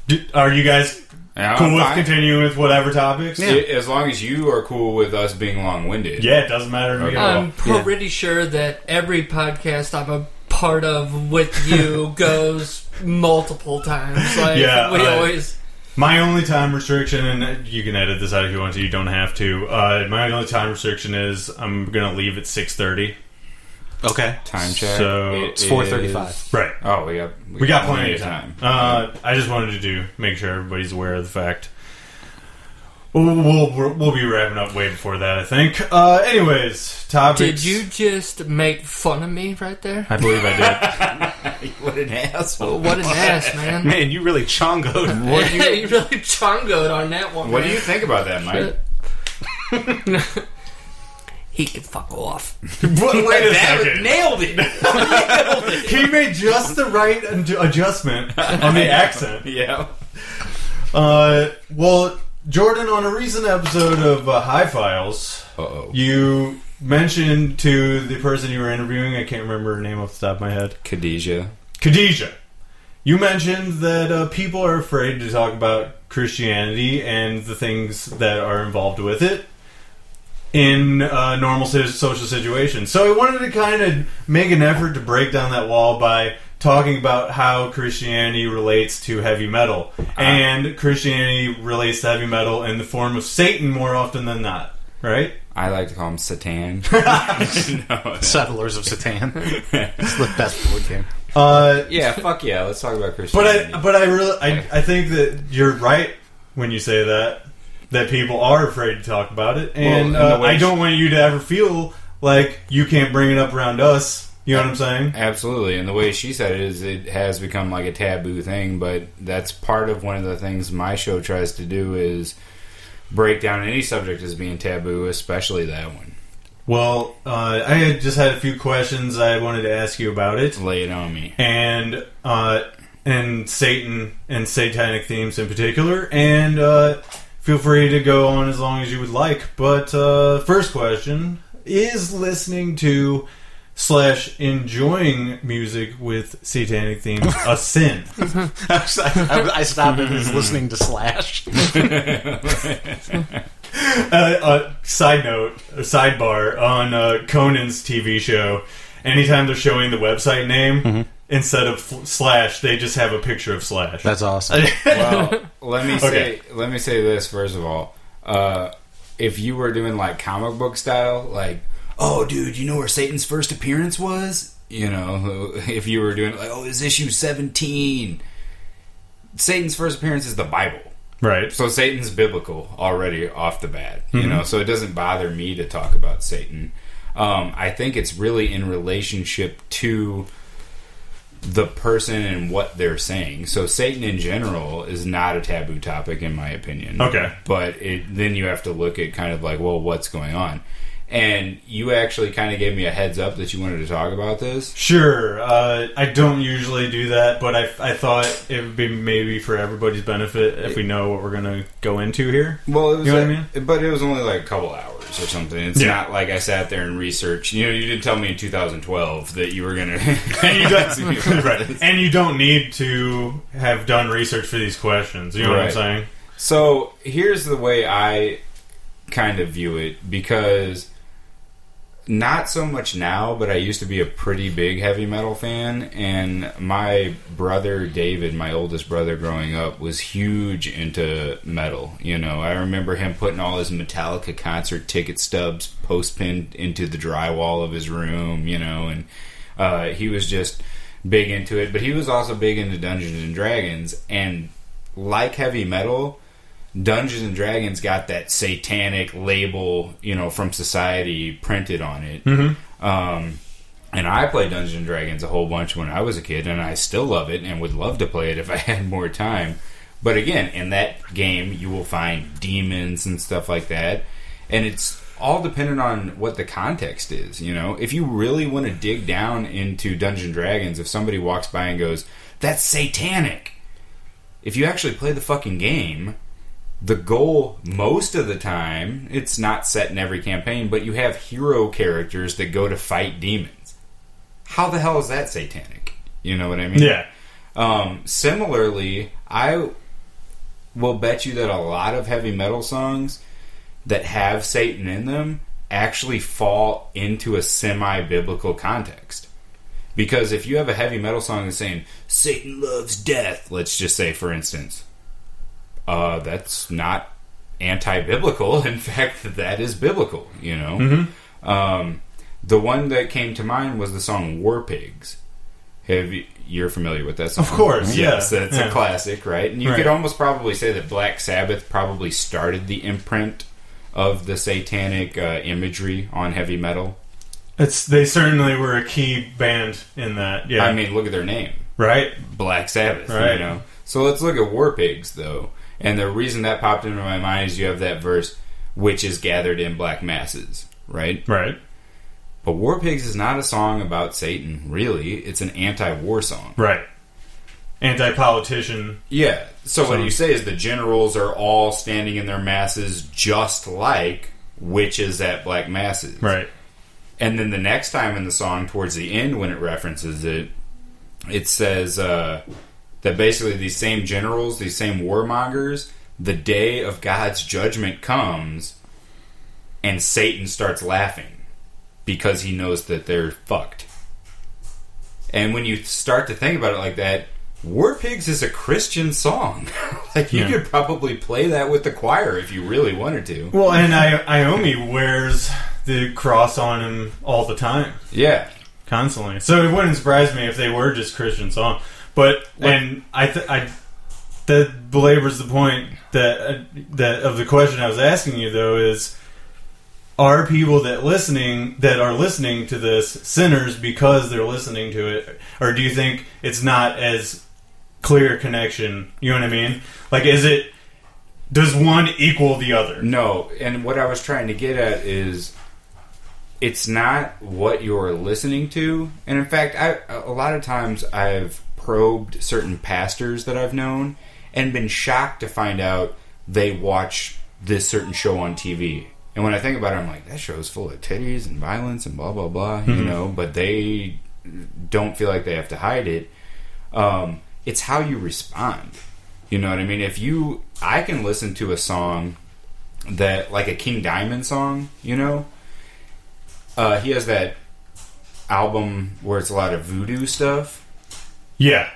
D- are you guys And I'm Cool with fine. continuing with whatever topics? Yeah. As long as you are cool with us being long winded. Yeah, it doesn't matter to me at all. I'm Yeah. pretty sure that every podcast I'm a part of with you goes multiple times. Like Yeah, we I- always My only time restriction, and you can edit this out if you want to. You don't have to. Uh, my only time restriction is I'm gonna leave at six thirty. Okay. Time check. So, It It's is- 435. Right. Oh, we got We got plenty of time. Uh, I just wanted to do make sure everybody's aware of the fact. We'll, we'll, we'll be wrapping up way before that, I think. Uh, anyways, topics. did you just make fun of me right there? I believe I did. what an asshole. What an ass, man. Man, you really chongoed. What do Yeah, you you really chongoed on that one. What do man. you think about that, Mike? he can fuck off. But wait a That second. nailed it. he made just the right adju- adjustment on the accent. yeah. Uh, well, Jordan, on a recent episode of uh, High Files, Uh oh. you mentioned to the person you were interviewing, I can't remember her name off the top of my head, Khadijah. Khadijah. You mentioned that uh, people are afraid to talk about Christianity and the things that are involved with it in uh, normal si- social situations. So I wanted to kind of make an effort to break down that wall by talking about how Christianity relates to heavy metal. And Christianity relates to heavy metal in the form of Satan more often than not, right? I like to call him Satan. no. Settlers of Satan. it's the best board game. Uh, Yeah, fuck yeah. Let's talk about Christian. But I, but I really, I, I think that you're right when you say that that people are afraid to talk about it, and, and the uh, way I don't want you to ever feel like you can't bring it up around us. You know what I'm saying? Absolutely, and the way she said it is, it has become like a taboo thing. But that's part of one of the things my show tries to do is break down any subject as being taboo, especially that one. Well, uh, I had just had a few questions I wanted to ask you about it, Lay it on me. and uh, and Satan and satanic themes in particular, and uh, feel free to go on as long as you would like. But uh, first question is listening to slash enjoying music with satanic themes a sin? I, I stopped it as listening to Slash. uh, uh, side note, a sidebar on uh, Conan's TV show. Anytime they're showing the website name instead of fl- slash, they just have a picture of slash. That's awesome. Well, let me say Okay. let me say this first of all. Uh, if you were doing like comic book style, like, oh, dude, you know where Satan's first appearance was? You know, if you were doing like, oh, it's issue seventeen. Satan's first appearance is the Bible. right. So Satan's biblical already off the bat, you know. So it doesn't bother me to talk about Satan. Um, I think it's really in relationship to the person and what they're saying. So Satan in general is not a taboo topic in my opinion. Okay. But it, then you have to look at kind of like, well, what's going on? And you actually kind of gave me a heads up that you wanted to talk about this. Sure. Uh, I don't usually do that, but I, I thought it would be maybe for everybody's benefit if we know what we're going to go into here. Well, it was You know what I like- but it was only like a couple hours or something. It's Yeah. not like I sat there and researched. You know, you didn't tell me in 2012 that you were gonna. And you, don't, right. and you don't need to have done research for these questions. You know what I'm Right. saying? So here's the way I kind of view it because not so much now, but I used to be a pretty big heavy metal fan, and my brother David, my oldest brother growing up, was huge into metal. You know, I remember him putting all his Metallica concert ticket stubs post pinned into the drywall of his room, you know, and uh, he was just big into it, but he was also big into Dungeons and Dragons, and like heavy metal, Dungeons and Dragons got that satanic label, you know, from society printed on it. Um, and I played Dungeons and Dragons a whole bunch when I was a kid, and I still love it and would love to play it if I had more time. But again, in that game, you will find demons and stuff like that, and it's all dependent on what the context is. You know, if you really want to dig down into Dungeons and Dragons, if somebody walks by and goes, "That's satanic," if you actually play the fucking game, the goal most of the time, it's not set in every campaign, but you have hero characters that go to fight demons. How the hell is that satanic? You know what I mean? Yeah. Um, similarly, I will bet you that a lot of heavy metal songs that have Satan in them actually fall into a semi biblical context. Because if you have a heavy metal song that's saying Satan loves death, let's just say for instance, uh, that's not anti biblical. In fact, that is biblical, you know? Mm-hmm. Um, the one that came to mind was the song War Pigs. Have you, you're familiar with that song? Of course, yeah. yes, that's Yeah. a classic, right? And you Right. could almost probably say that Black Sabbath probably started the imprint of the satanic uh, imagery on heavy metal. It's they certainly were a key band in that. Yeah, I mean, look at their name. right. Black Sabbath, Right. you know. So let's look at War Pigs though. And the reason that popped into my mind is you have that verse which is gathered in black masses, right? Right. But War Pigs is not a song about Satan, really. It's an anti-war song. Right. Anti-politician. Yeah. So what So- you say is the generals are all standing in their masses just like witches at black masses. Right. And then the next time in the song, towards the end, when it references it, it says uh, that basically these same generals, these same warmongers, the day of God's judgment comes, and Satan starts laughing because he knows that they're fucked. And when you start to think about it like that, War Pigs is a Christian song. like, you Yeah. could probably play that with the choir if you really wanted to. Well, and I Iomi wears the cross on him all the time, Yeah. constantly. So it wouldn't surprise me if they were just Christian song. But and I th- I that belabors the point that uh, that of the question I was asking you though is are people that listening that are listening to this sinners because they're listening to it or do you think it's not as clear a connection you know what i mean like is it does one equal the other No, and what I was trying to get at is it's not what you're listening to. And in fact, I a lot of times I've probed certain pastors that I've known and been shocked to find out they watch this certain show on TV. And when I think about it, I'm like, that show's full of titties and violence and blah blah blah, you know, but they don't feel like they have to hide it. Um, it's how you respond. You know what I mean? If you I can listen to a song that like a King Diamond song, you know. Uh, he has that album where it's a lot of voodoo stuff, yeah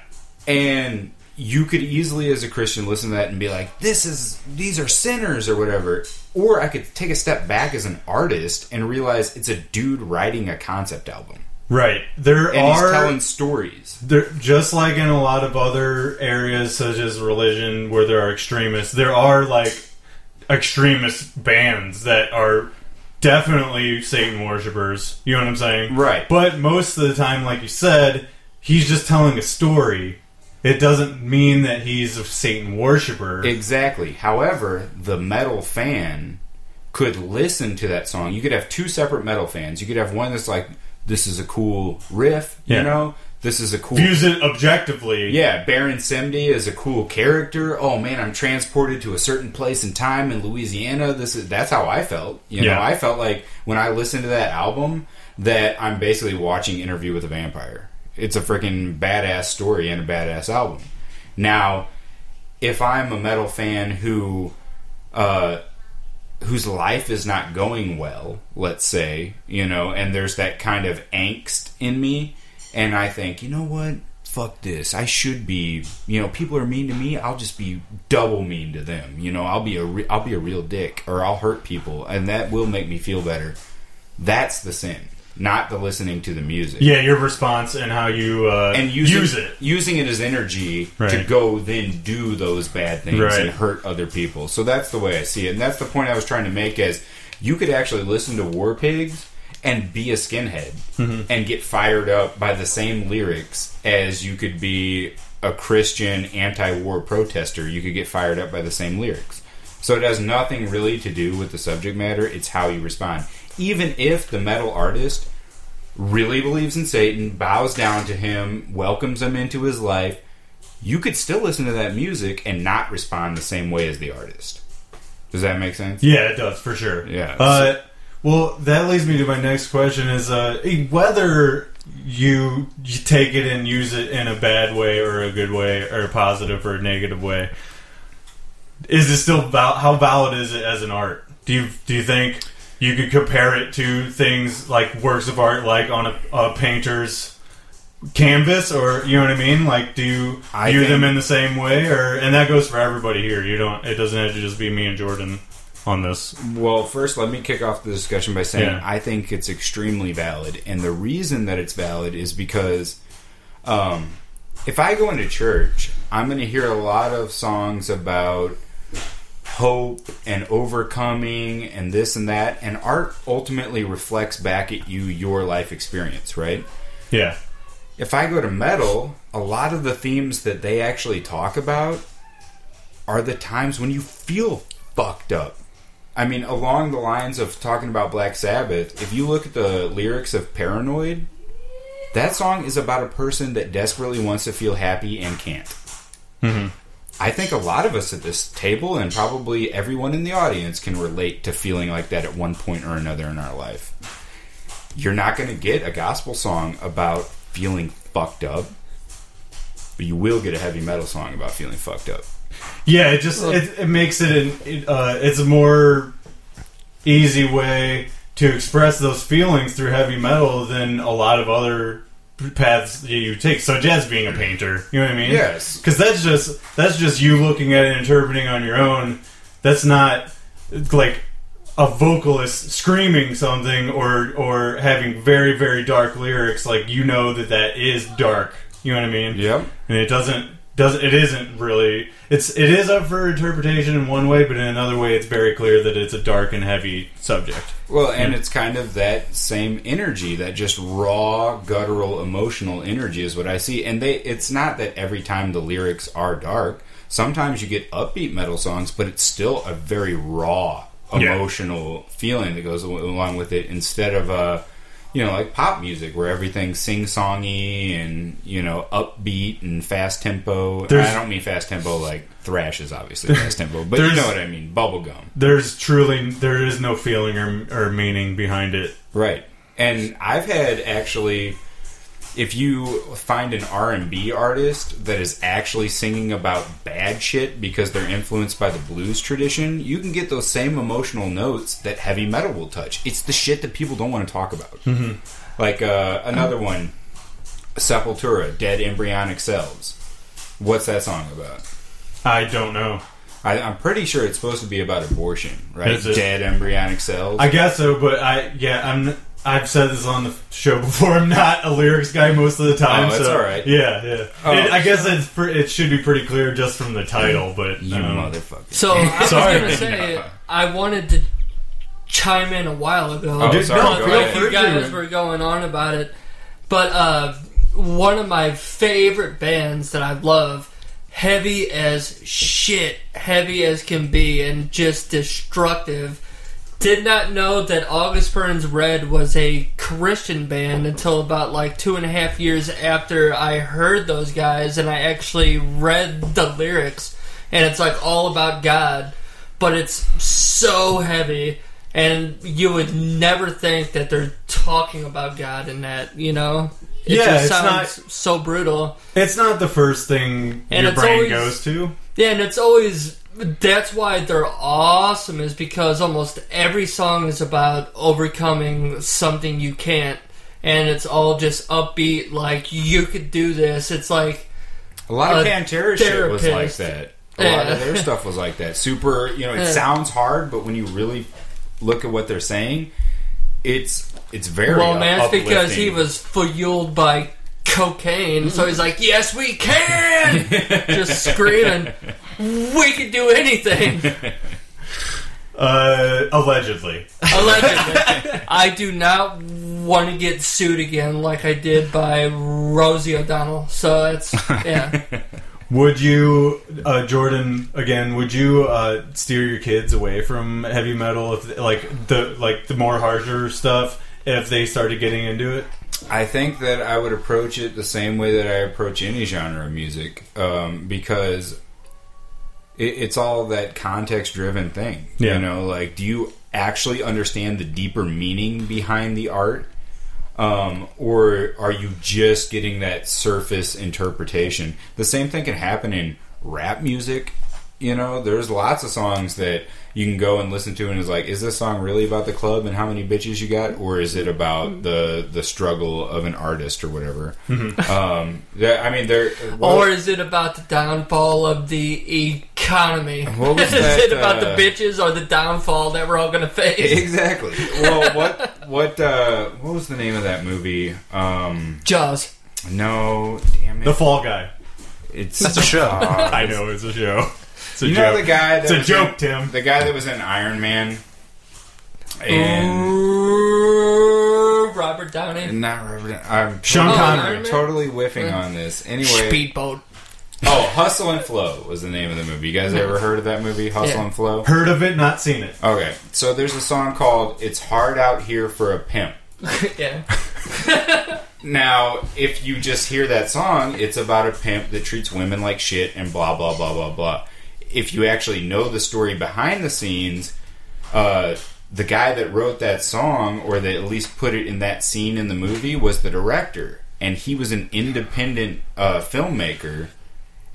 and you could easily, as a Christian, listen to that and be like, "This is these are sinners" or whatever. Or I could take a step back as an artist and realize it's a dude writing a concept album, right there and are he's telling stories. there, just like in a lot of other areas such as religion where there are extremists there are like extremist bands that are definitely satan worshipers you know what i'm saying Right. but most of the time like you said he's just telling a story it doesn't mean that he's a satan worshiper Exactly. However, the metal fan could listen to that song. You could have two separate metal fans. You could have one that's like, "This is a cool riff," Yeah. you know. This is a cool. views it objectively Yeah, Baron Semdi is a cool character. Oh man, I'm transported to a certain place and time in Louisiana. This is that's how I felt. You know, Yeah. I felt like when I listened to that album that I'm basically watching Interview with a Vampire. It's a freaking badass story and a badass album. Now, if I'm a metal fan who uh whose life is not going well, let's say, you know, and there's that kind of angst in me, and I think, you know what? Fuck this. I should be, you know, people are mean to me. I'll just be double mean to them. You know, I'll be a re- I'll be a real dick or I'll hurt people and that will make me feel better. That's the sin, not the listening to the music. yeah your response and how you uh And using, use it using it as energy to Right. go then do those bad things Right. and hurt other people. So that's the way I see it, and that's the point I was trying to make. As you could actually listen to War Pigs and be a skinhead and get fired up by the same lyrics as you could be a Christian anti-war protester. You could get fired up by the same lyrics. So it has nothing really to do with the subject matter. It's how you respond. Even if the metal artist really believes in Satan, bows down to him, welcomes him into his life, you could still listen to that music and not respond the same way as the artist. Does that make sense? Yeah, it does for sure. Yeah. Uh, well, that leads me to my next question: is uh, whether you, you take it and use it in a bad way or a good way or a positive or a negative way. is it still val- how valid is it as an art? Do you do you think you could compare it to things like works of art, like on a, a painter's canvas, or you know what I mean? Like, do you I view them think- in the same way, or and that goes for everybody here. You don't. It doesn't have to just be me and Jordan on this. Well, first, let me kick off the discussion by saying Yeah. I think it's extremely valid, and the reason that it's valid is because um, if I go into church, I'm going to hear a lot of songs about hope and overcoming and this and that, and art ultimately reflects back at you your life experience, right? Yeah, if I go to metal, a lot of the themes that they actually talk about are the times when you feel fucked up. I mean, along the lines of talking about Black Sabbath, if you look at the lyrics of Paranoid, that song is about a person that desperately wants to feel happy and can't. I think a lot of us at this table, and probably everyone in the audience, can relate to feeling like that at one point or another in our life you're not going to get a gospel song about feeling fucked up, but you will get a heavy metal song about feeling fucked up. yeah. It just it, it makes it an it, uh, it's a more easy way to express those feelings through heavy metal than a lot of other paths you take such as being a painter you know what i mean Yes. because that's just that's just you looking at it and interpreting on your own that's not like a vocalist screaming something or or having very very dark lyrics like you know that that is dark you know what i mean Yep. and it doesn't does it isn't really it's it is up for interpretation in one way but in another way it's very clear that it's a dark and heavy subject Well, and it's kind of that same energy, that just raw, guttural, emotional energy is what I see. And they it's not that every time the lyrics are dark. Sometimes you get upbeat metal songs, but it's still a very raw, Yeah. emotional feeling that goes al- along with it instead of uh, you know, like pop music where everything's sing-songy and, you know, upbeat and fast tempo. There's- I don't mean fast tempo like thrash is obviously fast tempo, but you There's- know what I mean, bubblegum. there's truly there is no feeling or, or meaning behind it Right. And I've had actually if you find an R&B artist that is actually singing about bad shit because they're influenced by the blues tradition, you can get those same emotional notes that heavy metal will touch. It's the shit that people don't want to talk about. Mm-hmm. Like uh, another one, Sepultura, Dead Embryonic Cells. What's that song about? i don't know I, I'm pretty sure it's supposed to be about abortion, right? Is it- Dead embryonic cells. I guess so, but I yeah, I'm I've said this on the show before. I'm not a lyrics guy most of the time. Oh, it's so, all right. Yeah, yeah. Oh. It- I guess it's pre- it should be pretty clear just from the title, but you um, motherfucker. So I was Sorry. gonna say I wanted to chime in a while ago. Oh, Dude, sorry. no, I go feel no, ahead. like you guys were going on about it, but uh, one of my favorite bands that I love, heavy as shit, heavy as can be, and just destructive. Did not know that August Burns Red was a Christian band until about like two and a half years after I heard those guys and I actually read the lyrics. And it's like all about God, but it's so heavy. And you would never think that they're talking about God in that, you know? It Yeah, just it's sounds so brutal. it's not the first thing And your it's brain always- goes to. Yeah, and it's always that's why they're awesome is because almost every song is about overcoming something you can't and it's all just upbeat like you could do this. It's like A lot of a Pantera shit was like therapist. that. A lot of Uh, Yeah. their stuff was like that. Super, you know, it Yeah. sounds hard, but when you really look at what they're saying, it's it's very well man, it's uplifting. because he was fueled by cocaine, so he's like, Yes we can just screaming We can do anything Uh, allegedly, Allegedly. I do not want to get sued again like I did by Rosie O'Donnell. So it's yeah. would you, uh, Jordan? Again, would you uh, steer your kids away from heavy metal if like the like the more harsher stuff if they started getting into it? I think that I would approach it the same way that I approach any genre of music um, because it, it's all that context driven thing. Yeah. You know, like, do you actually understand the deeper meaning behind the art? Um, or are you just getting that surface interpretation? The same thing can happen in rap music, You know, there's lots of songs that you can go and listen to, and it's like, is this song really about the club and how many bitches you got, or is it Mm-hmm. about the the struggle of an artist or whatever? Mm-hmm. um, there- I mean, there. what- Or is it about the downfall of the economy? What was is that, it about uh, the bitches or the downfall that we're all going to face? exactly. Well, what what uh, what was the name of that movie? Um, Jaws. no, damn it, The Fall Guy. it's That's a show. Ah, I know it's a show. It's a You joke. know the guy. That it's a was joke, in- Tim. The guy that was in Iron Man. And Ooh, Robert Downey. not Robert. I'm Sean totally- Connery. I'm totally whiffing on this. Anyway, Speedboat. oh, Hustle and Flow was the name of the movie. You guys ever heard of that movie, Hustle Yeah. and Flow? Heard of it, not seen it. Okay, so there's a song called "It's Hard Out Here for a Pimp." yeah. Now, if you just hear that song, it's about a pimp that treats women like shit and blah blah blah blah blah. If you actually know the story behind the scenes, uh, the guy that wrote that song or that at least put it in that scene in the movie was the director, and he was an independent uh, filmmaker.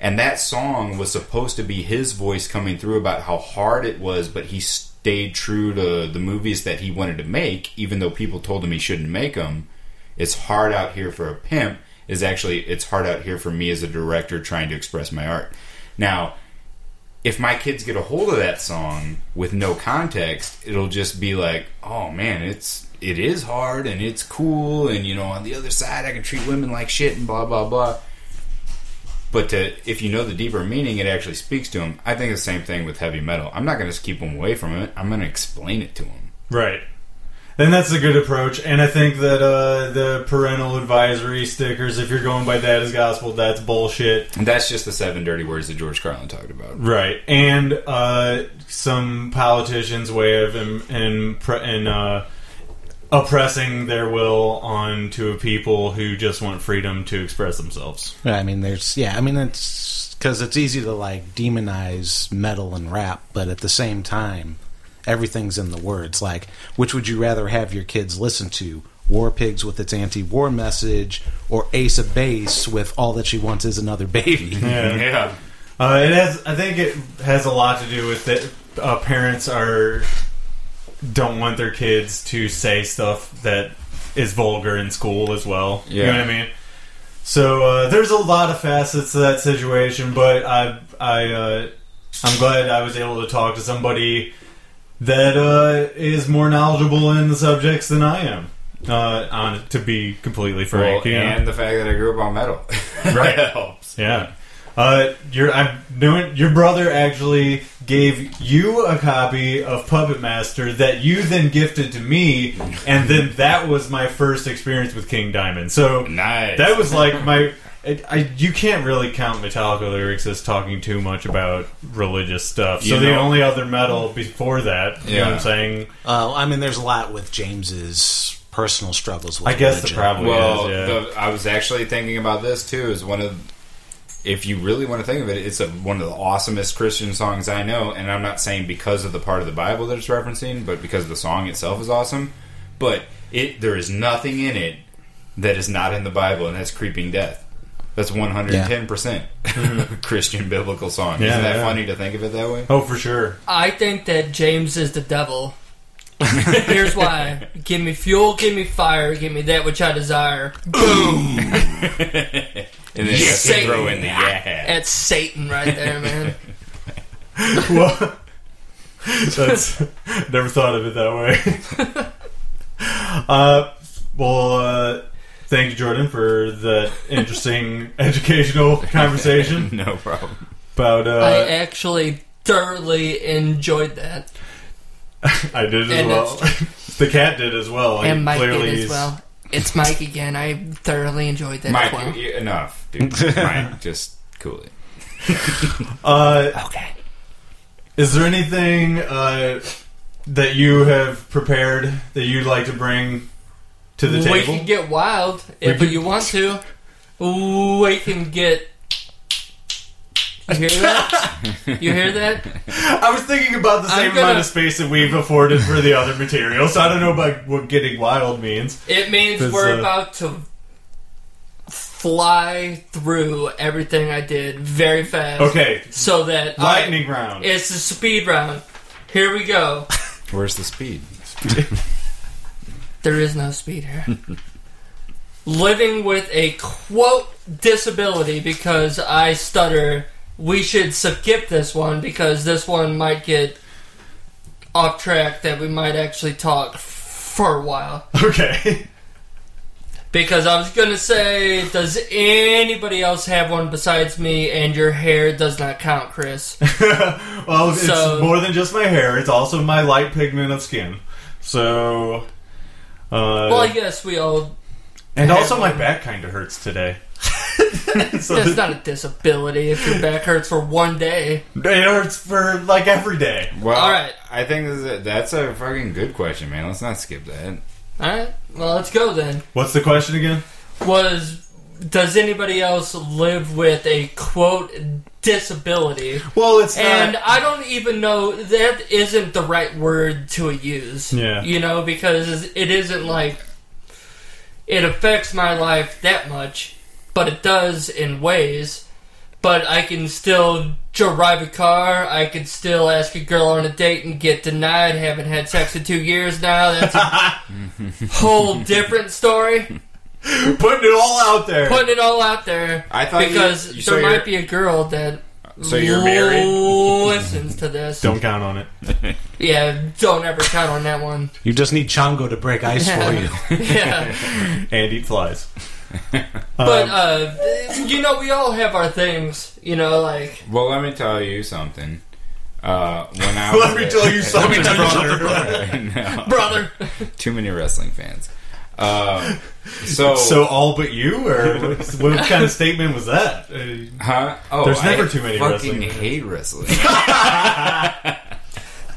And that song was supposed to be his voice coming through about how hard it was, but he stayed true to the movies that he wanted to make, even though people told him he shouldn't make them it's hard out here for a pimp is actually it's hard out here for me as a director trying to express my art now if my kids get a hold of that song with no context it'll just be like oh man it's it is hard and it's cool and you know on the other side i can treat women like shit and blah blah blah but to, if you know the deeper meaning, it actually speaks to them. I think the same thing with heavy metal. I'm not going to keep them away from it. I'm going to explain it to them. Right. And that's a good approach. And I think that uh, the parental advisory stickers, if you're going by that as gospel, that's bullshit. And that's just the seven dirty words that George Carlin talked about. Right. And uh, some politicians' way of im- in, in, uh, oppressing their will onto people who just want freedom to express themselves. Yeah, I mean, there's yeah, I mean it's because it's easy to like demonize metal and rap, but at the same time, everything's in the words. Like, which would you rather have your kids listen to? War Pigs with its anti-war message, or Ace of Base with all that she wants is another baby. yeah. Uh, it has. I think it has a lot to do with that. Uh, parents are don't want their kids to say stuff that is vulgar in school as well. You Yeah. know what I mean? So uh, there's a lot of facets to that situation, but I, I, uh, I'm glad I was able to talk to somebody that uh, is more knowledgeable in the subjects than I am. Uh, on to be completely frank, well, you know? and the fact that I grew up on metal, Right. That helps. Yeah. Uh, your I'm doing, your brother actually gave you a copy of Puppet Master that you then gifted to me, and then that was my first experience with King Diamond. So Nice. that was like my. I, I, you can't really count Metallica lyrics as talking too much about religious stuff. So You the know- only other metal before that, you know what Yeah. I'm saying? Uh, I mean, there's a lot with James's personal struggles. with I guess the religion. problem- well, Yeah. the, I was actually thinking about this too. Is one of if you really want to think of it, it's a, one of the awesomest Christian songs I know, and I'm not saying because of the part of the Bible that it's referencing, but because the song itself is awesome. But it there is nothing in it that is not in the Bible, and that's creeping death. That's 110 percent Christian biblical song. Mm-hmm. Yeah, Isn't that yeah. funny to think of it that way? Oh, for sure. I think that James is the devil. Here's why. Give me fuel, give me fire, give me that which I desire. And then you have to throw in the yeah. That's Satan right there, man. well, that's never thought of it that way. uh, well, uh, thank you, Jordan, for the interesting educational conversation No problem. about. I Uh, actually thoroughly enjoyed that. I, did as and well. the cat did as well. He and Mike clearly did as is- well. It's Mike again. I thoroughly enjoyed that Mike, as well. you- enough, dude. Mike, just cool it. Uh, Okay. is there anything uh, that you have prepared that you'd like to bring to the We table? can get wild if can- you want to. We can get. You hear that? You hear that? I was thinking about the I'm same gonna- amount of space that we've afforded for the other material, so I don't know about what getting wild means. It means It's, we're uh, about to fly through everything I did very fast. Okay, So that I- lightning round. it's the speed round. Here we go. Where's the speed? There is no speed here. Living with a quote disability because I stutter. We should skip this one because this one might get off track that we might actually talk f- for a while. Okay. Because I was gonna say, does anybody else have one besides me? And your hair does not count, Chris. well, it's So- more than just my hair. It's also my light pigment of skin. So, uh, well, I guess we all. and also my back kind of hurts today. so That's it, not a disability if your back hurts for one day. it hurts for like every day. Well, All right. I think this is a, that's a fucking good question, man. Let's not skip that. All right. Well, let's go then. What's the question again? Was does anybody else live with a quote disability? Well, it's And not. I don't even know that isn't the right word to use. Yeah. You know, because it isn't like it affects my life that much, but it does in ways. But I can still drive a car. I can still ask a girl on a date and get denied. Haven't had sex in two years now. That's a whole different story. Putting it all out there. Putting it all out there I thought Uh, you- because you- so there you're- might be a girl that So you're married. listens to this. Don't count on it. Yeah, don't ever count on that one. You just need Chongo to break ice for you. Yeah. And eat flies. Um, but uh you know we all have our things, you know, like Well, let me tell you something. Uh, when I Let me tell you something, brother. no, brother. too many wrestling fans. Uh, so, So all but you, or what, what kind of statement was that? Uh, huh? Oh, There's never I too many Fucking wrestling fans. hate wrestling.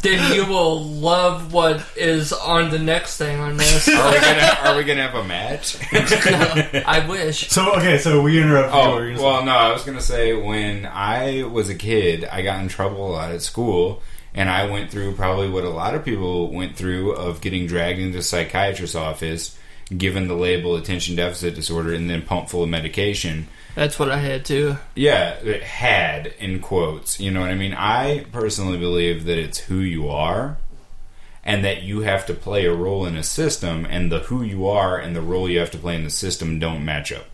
Then you will love what is on the next thing on this. are we gonna Are we gonna have a match? I wish. So okay, so we interrupted. you. Oh We're gonna- well, no. I was gonna say when I was a kid, I got in trouble a lot at school, and I went through probably what a lot of people went through of getting dragged into a psychiatrist's office, given the label attention deficit disorder, and then pumped full of medication. That's what I had too. Yeah, it had in quotes. You know what I mean? I personally believe that it's who you are. And that you have to play a role in a system, and the who you are and the role you have to play in the system don't match up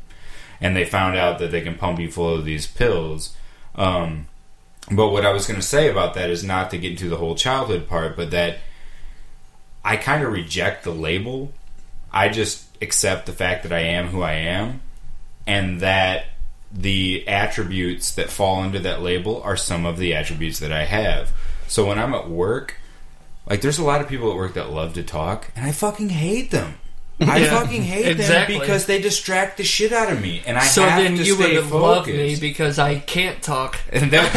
and they found out that they can pump you full of these pills. Um, but what I was going to say about that is not to get into the whole childhood part, but that I kind of reject the label. I just accept the fact that I am who I am, and that the attributes that fall under that label are some of the attributes that I have. So when I'm at work, like there's a lot of people at work that love to talk, and I fucking hate them. I Yeah, fucking hate exactly. them because they distract the shit out of me, and I so have then to you would stay have loved focused. me because I can't talk. and then,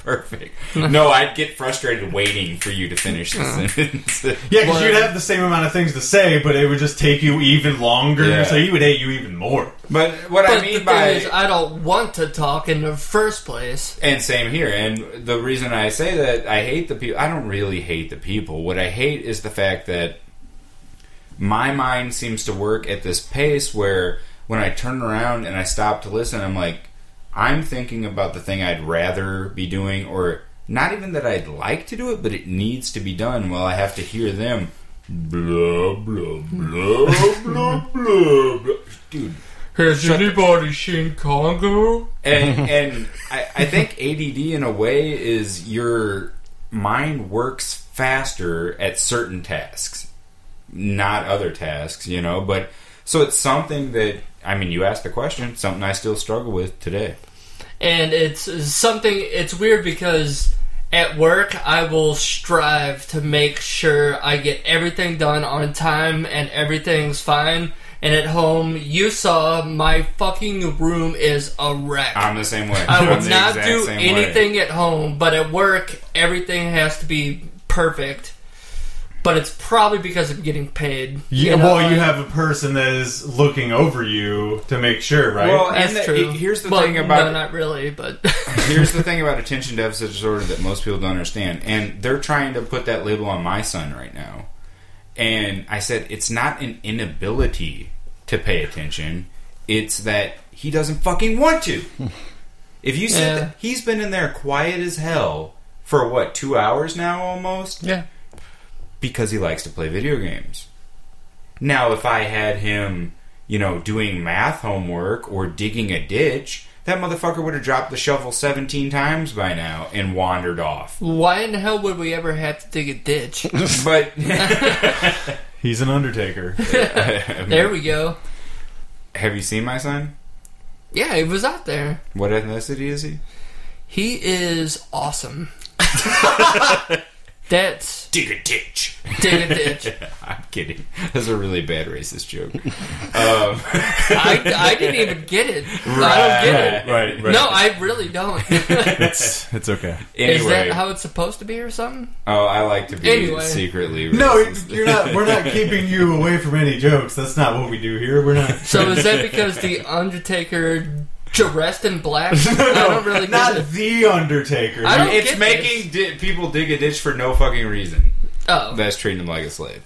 perfect. No, I'd get frustrated waiting for you to finish the sentence. yeah, because well- you'd have the same amount of things to say, but it would just take you even longer. Yeah. So he would hate you even more. But what But I the mean thing by is I don't want to talk in the first place. and same here. And the reason I say that I hate the people, I don't really hate the people. What I hate is the fact that my mind seems to work at this pace where when I turn around and I stop to listen, I'm like, I'm thinking about the thing I'd rather be doing, or not even that I'd like to do it, but it needs to be done. Well, I have to hear them. Blah blah blah blah blah. blah. Dude, Has anybody seen Congo? and and I, I think ADD in a way is your mind works faster at certain tasks, not other tasks, you know. But so it's something that I mean, you asked the question, something I still struggle with today. and it's something it's weird because at work i will strive to make sure i get everything done on time and everything's fine and at home you saw my fucking room is a wreck I'm the same way. i I'm would the not exact do same way. anything at home but at work everything has to be perfect but it's probably because i'm getting paid Yeah, you know? well, you have a person that is looking over you to make sure, right? Well, that's and the- true. here's the Well, thing about no, not really, but Here's the thing about attention deficit disorder that most people don't understand, and they're trying to put that label on my son right now. And I said, it's not an inability to pay attention. It's that he doesn't fucking want to. If you sit, Yeah. th- he's been in there quiet as hell for what two hours now almost Yeah. because he likes to play video games. Now, if I had him, you know, doing math homework or digging a ditch, that motherfucker would have dropped the shovel 17 times by now and wandered off. Why in the hell would we ever have to dig a ditch? But He's an undertaker. there we go. have you seen my son? Yeah, it was out there. What ethnicity is he? He is awesome. That's Dig a ditch. dig a ditch. I'm kidding. That's a really bad racist joke. I, I didn't even get it. I don't get it. Right. right, right. No, I really don't. it's it's okay. Is that Anyway, how it's supposed to be or something? oh, I like to be Anyway. secretly racist. No, you're not. We're not keeping you away from any jokes. That's not what we do here. We're not. So is that because the Undertaker dressed in black? I don't really not get it. the Undertaker. I don't it's get making di- people dig a ditch for no fucking reason. Oh, That's treating them like a slave.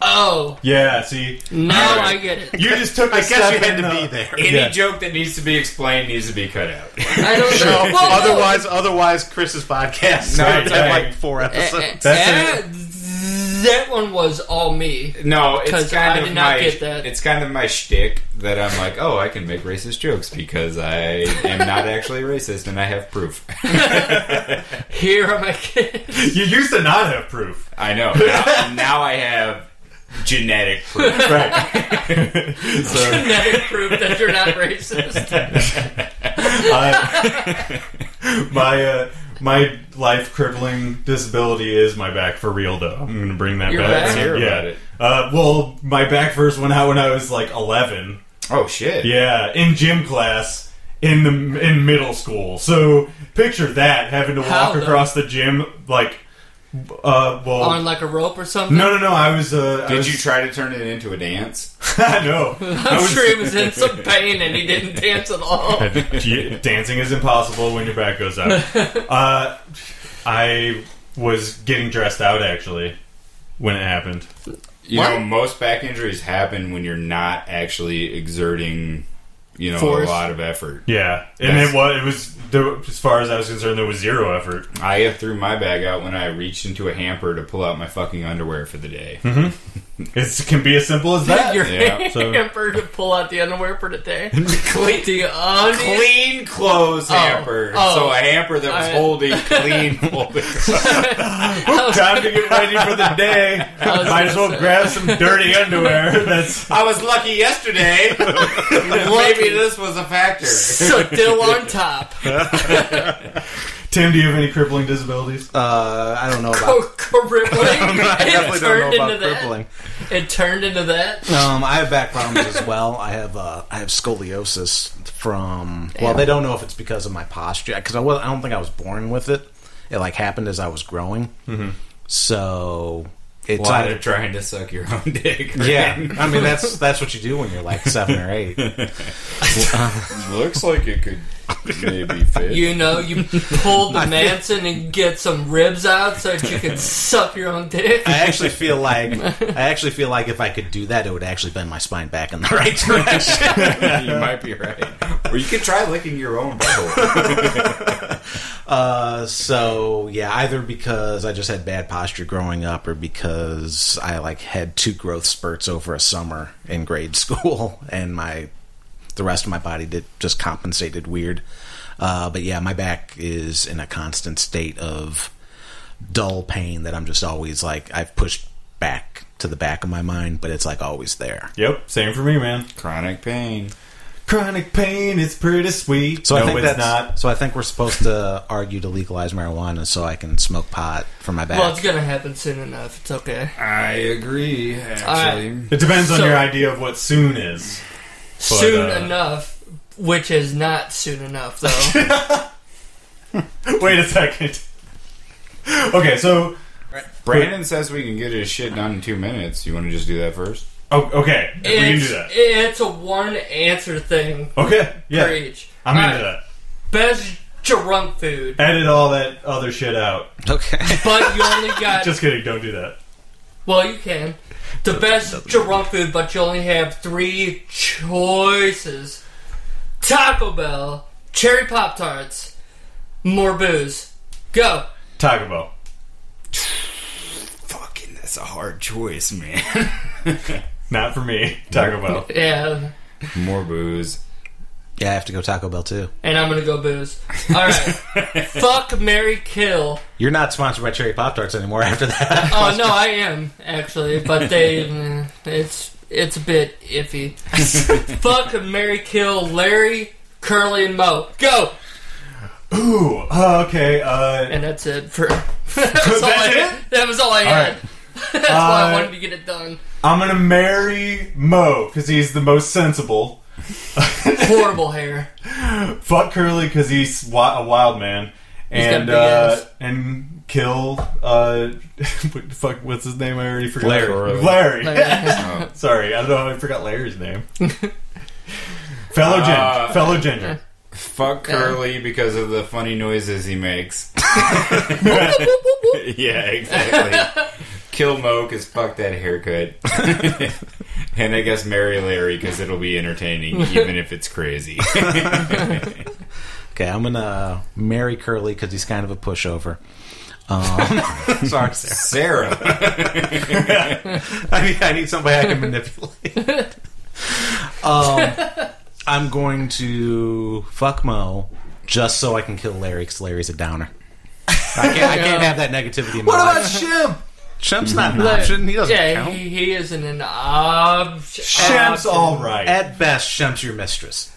oh, yeah, see, now I get it. you just took. a I guess step you had in to the- be there. Any Yeah. joke that needs to be explained needs to be cut out. I don't know. No, Well, no. otherwise, otherwise, Chris's podcast. No, No, dang. like four Eh, episodes. eh, That's eh, that one was all me. No, it's 'Cause kind I of did not my get that. it's kind of my shtick that I'm like, oh, I can make racist jokes because I am not actually racist and I have proof. Here are my kids. You used to not have proof. I know. Now, now I have genetic proof. Right. so Genetic proof that you're not racist. I, my uh, my life crippling disability is my back for real. Though I'm going to bring that Your back. back? Let's hear yeah. about it. Uh, well, my back first went out when I was like 11. Oh shit. Yeah, in gym class in the in middle school. So picture that having to How, walk though? across the gym like uh well On like a rope or something. no no no I was uh I Did was, you try to turn it into a dance? no I I'm was sure he was in some pain and he didn't dance at all. Gee, dancing is impossible when your back goes out. Uh, I was getting dressed out actually when it happened. You What? know, most back injuries happen when you're not actually exerting, you know, Force. a lot of effort. Yeah, and That's- it was it was there, as far as I was concerned, there was zero effort. I threw my bag out when I reached into a hamper to pull out my fucking underwear for the day. It can be as simple as that. Your Yeah, so- hamper to pull out the underwear for today. the onion. clean clothes hamper. oh. so a hamper that was Alright. holding clean clothing. Time to get ready for the day. was Might as well gonna say. grab some dirty underwear. That's I was lucky yesterday. Maybe this was a factor. Still on top. Tim. Do you have any crippling disabilities? Uh, I don't know about. Oh, crippling. I It definitely don't turned know into about that. crippling. It turned into that. Um, I have back problems as well. I have uh, I have scoliosis from. Well, they don't know if it's because of my posture because I was I don't think I was born with it. It like happened as I was growing. Mm-hmm. So it's Why either they're trying to suck your own dick. right? yeah. I mean that's that's what you do when you're like seven or eight. Looks like it could maybe fit. You know, you pulled the Manson and get some ribs out so that you could suck your own dick. I actually feel like I actually feel like if I could do that, it would actually bend my spine back in the right direction. you might be right. Or you could try licking your own butthole. Uh, so yeah, either because I just had bad posture growing up, or because I like had two growth spurts over a summer in grade school, and my the rest of my body did just compensated weird. Uh, but yeah, my back is in a constant state of dull pain that I'm just always like I've pushed back to the back of my mind, but it's like always there. Yep, same for me, man. Chronic pain. Chronic pain is pretty sweet. So no, I think it's that's not. so I think we're supposed to argue to legalize marijuana so I can smoke pot for my back. Well, it's gonna happen soon enough. It's okay. I agree, actually. It depends on So- your idea of what soon is. soon uh, enough, which is not soon enough though. Wait a second. Okay, so Brandon says we can get his shit done in two minutes. You want to just do that first? oh, okay, we can do it's, that. it's a one answer thing Okay, for yeah, each. I'm All into right. that. Best drunk food, Edit all that other shit out. okay. but you only got Just kidding, don't do that. Well, you can. The best drunk food, but you only have three choices: Taco Bell, cherry pop tarts, more booze. Go. Taco Bell. Fucking, that's a hard choice, man. Not for me. Taco Bell. Yeah, More booze. Yeah, I have to go Taco Bell too. and I'm gonna go booze. All right. Fuck, Mary, kill. You're not sponsored by Cherry Pop Tarts anymore after that. Oh no, I am actually, but they mm, it's it's a bit iffy. Fuck Mary Kill Larry Curly and Mo. Go. Ooh. uh, okay. Uh, And that's it for that's all I, That's That was all all I had. right. That's why I Uh, wanted to get it done. I'm gonna marry Mo because he's the most sensible. Horrible hair. Fuck Curly because he's wi- a wild man, got and big uh, ass. and kill. Uh, what the fuck? What's his name? I already forgot. Larry. Larry. Like, Oh. Sorry, I don't know. how I forgot Larry's name. fellow ginger. Uh, fellow ginger. Fuck Curly because of the funny noises he makes. yeah, exactly. Kill Mo because fuck that haircut. and I guess marry Larry because it'll be entertaining even if it's crazy. okay, I'm gonna uh, marry Curly because he's kind of a pushover. Um, sorry, Sarah. Sarah. I need, I need somebody I can manipulate. um, I'm going to fuck Mo just so I can kill Larry because Larry's a downer. I can't, I can't have that negativity in my life. Shemp? Shemp's not an option. He doesn't yeah, count. he, he isn't an ob. Shemp's all right. At best, Shemp's your mistress.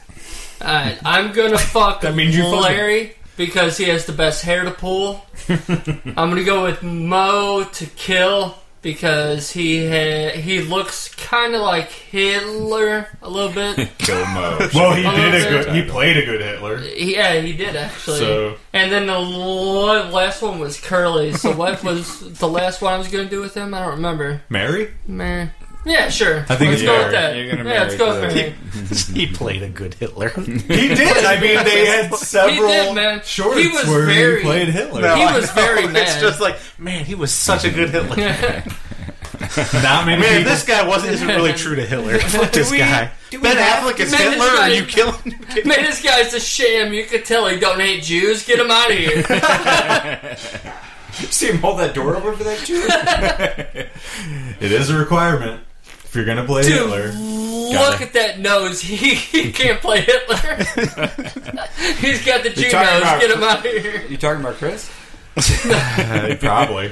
Alright, I'm gonna fuck That means you fuck him. Larry because he has the best hair to pull. I'm gonna go with Mo to kill because he ha- he looks kind of like Hitler a little bit. Kill Mo. well, he Oh, did a okay. good. He played a good Hitler. yeah, he did actually. So- And then the l- last one was Curly. So what was the last one I was gonna do with him? I don't remember. Mary. Meh. Yeah, sure. I think let's it's go Mary. with that. You're gonna yeah, let's marry go with Curly. Mary. he played a good Hitler. He did. I mean, they had several man. shorts He was where very- he played Hitler. No, He I was know. very It's mad. just like, man, he was such a good Hitler. Not many Man, people. this guy wasn't isn't really true to Hitler. Fuck this Do we- guy. do we Ben have- Affleck is Man, this Hitler. Are guy- you killing? Man, this guy's a sham. You could tell he don't hate Jews. Get him out of here. See him hold that door open for that Jew? It is a requirement if you're gonna play Dude, Hitler. look at that nose. He, he can't play Hitler. He's got the Jew nose. talking about- Get him out of here. You talking about Chris? Uh, Probably.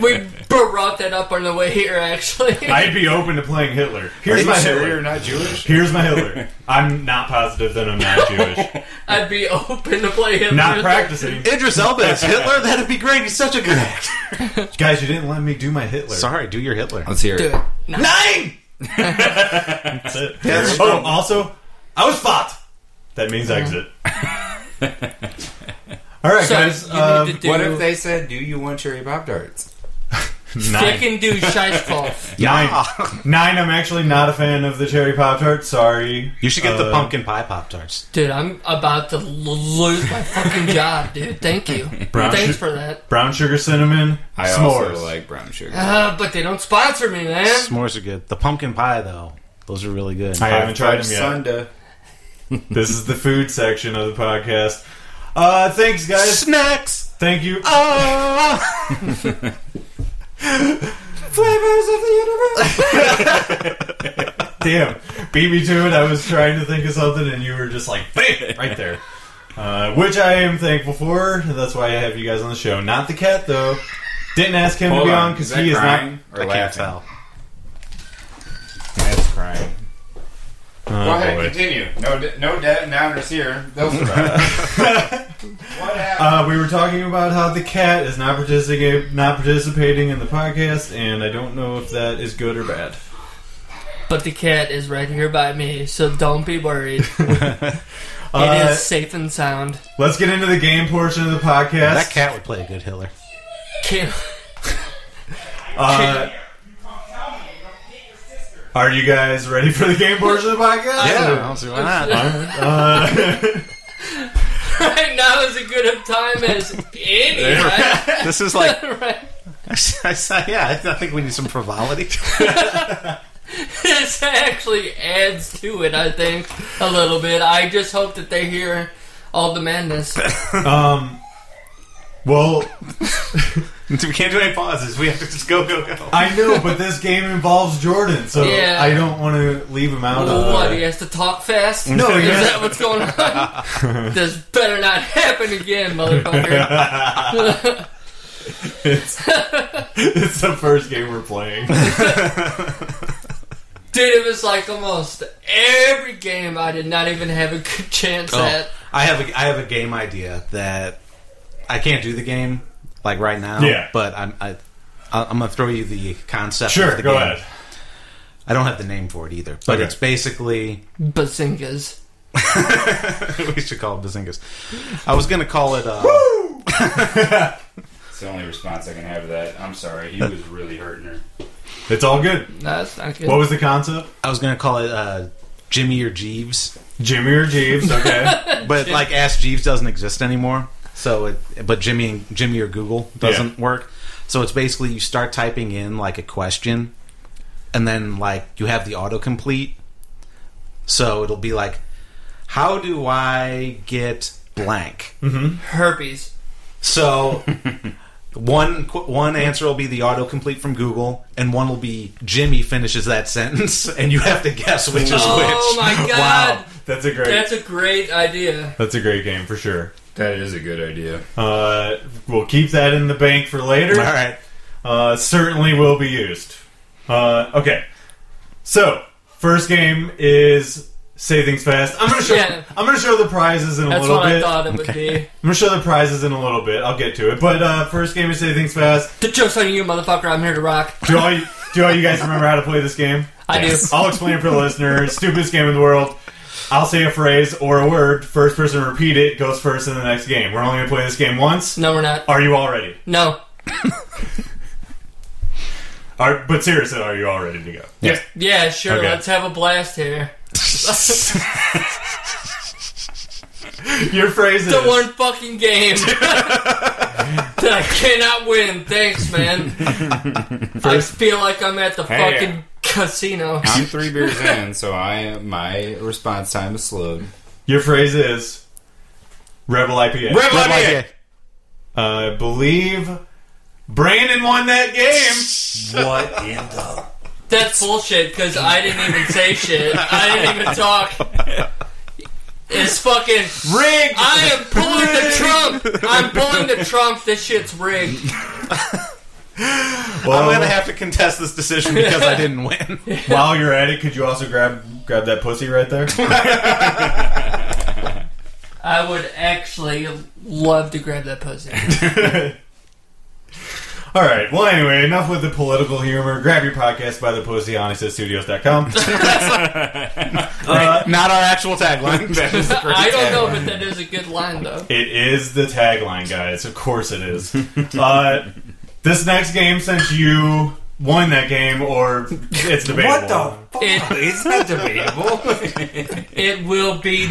We brought that up on the way here, actually. I'd be open to playing Hitler. Are Here's you my sure Hitler. you're not Jewish? Here's my Hitler. I'm not positive that I'm not Jewish. I'd be open to play Hitler. Not practicing. Idris Elba as Hitler? That'd be great. He's such a good actor. Guys, you didn't let me do my Hitler. Sorry, do your Hitler. Let's hear Dude, it. Nine! That's it. That's oh, from- also, I was fought. That means exit. All right, So guys. you Um, need to do What if they said, "Do you want cherry pop darts?" nine. Dick and do Scheisskopf. Nine. Nine. I'm actually not a fan of the cherry pop tart. Sorry. You should get the Uh, pumpkin pie Pop Tarts. Dude, I'm about to l- lose my fucking job, dude. Thank you. Brown Thanks shoe- for that. Brown sugar cinnamon I s'mores. also like brown sugar. Uh, but they don't sponsor me, eh. man. S'mores are good. The pumpkin pie, though, those are really good. I haven't tried them yet. Sunday. This is the food section of the podcast. Uh, thanks, guys. Snacks! Thank you. Uh, Oh! flavors of the universe. Damn, beat me to it. I was trying to think of something, and you were just like, bam, right there. Uh, which I am thankful for. and That's why I have you guys on the show. Not the cat, though. Didn't ask him to Hold be on, on because he is crying not. or I can't laughing? tell. That's crying. Oh, Go ahead, boy. continue. No, d- no dead downers here. Those are what happened? Uh, we were talking about how the cat is not participating, not participating in the podcast, and I don't know if that is good or bad. But the cat is right here by me, so don't be worried. Uh, it is safe and sound. Let's get into the game portion of the podcast. That cat would play a good Hitler. Can't- Uh, are you guys ready for the game portion of the podcast? see why not. right now is as good a time as any. Right? This is like, right. I said, yeah, I th- I think we need some frivolity. this actually adds to it, I think, a little bit. I just hope that they hear all the madness. Um, well, we can't do any pauses. We have to just go, go, go. I know, but this game involves Jordan, so Yeah. I don't want to leave him out. of Well, what? it. He has to talk fast? Uh, No, is he has- that what's going on? this better not happen again, motherfucker. It's, it's the first game we're playing. Dude, it was like almost every game I did not even have a good chance Oh. at. I have a, I have a game idea that I can't do the game like right now. Yeah. but I'm I, I- I'm gonna throw you the concept. of Sure, the go game. ahead. I don't have the name for it either, but Okay. it's basically Bazingas. we should call it Bazingas. I was gonna call it. Uh, It's the only response I can have to that. I'm sorry. He was really hurting her. It's all good. No, that's not good. What was the concept? I was gonna call it uh, Jimmy or Jeeves, Jimmy or Jeeves? Okay. but like Ask Jeeves doesn't exist anymore. So, it, but Jimmy and Jimmy or Google doesn't work. So it's basically you start typing in like a question, and then like you have the autocomplete. So it'll be like, how do I get blank? Herpes. So one qu- one answer will be the autocomplete from Google, and one will be Jimmy finishes that sentence, and you have to guess which is Oh which. my Wow. god! That's a great. That's a great idea. that's a great game for sure. That is a good idea. Uh, we'll keep that in the bank for later. All right. Uh, certainly will be used. Uh, okay. So first game is say things fast. I'm gonna show. Yeah. I'm gonna show the prizes in a That's little what bit. I thought it would be. I'm gonna show the prizes in a little bit. I'll get to it. But uh, first game is say things fast. The joke's on you, motherfucker. I'm here to rock. Do all you, do all you guys remember how to play this game? I do. I'll explain for the listener. Stupidest game in the world. I'll say a phrase or a word. First person to repeat it goes first in the next game. We're only going to play this game once. No, we're not. Are you all ready? No. Are, but seriously, are you all ready to go? Yes. Yeah, sure. Okay. Let's have a blast here. Your phrase The is one fucking game that I cannot win. Thanks, man. I feel like I'm at the Hey. fucking casino. I'm three beers in, so I my response time is slowed. Your phrase is Rebel IPA. Good idea. Uh, I believe Brandon won that game. What in the? That's bullshit because I didn't even say shit. I didn't even talk. It's fucking. Rigged. I am pulling the Trump. I'm pulling the Trump. This shit's rigged. Well, I'm gonna have to contest this decision because I didn't win. while you're at it, could you also grab grab that pussy right there? I would actually love to grab that pussy. All right. Well, anyway, enough with the political humor. Grab your podcast by the pussy on studios.com. uh, Not our actual tagline. That is a great I don't know, tagline. but that is a good line though. it is the tagline, guys. Of course it is. Uh, this next game, since you won that game, or it's debatable. fuck? It- It's not debatable. It will be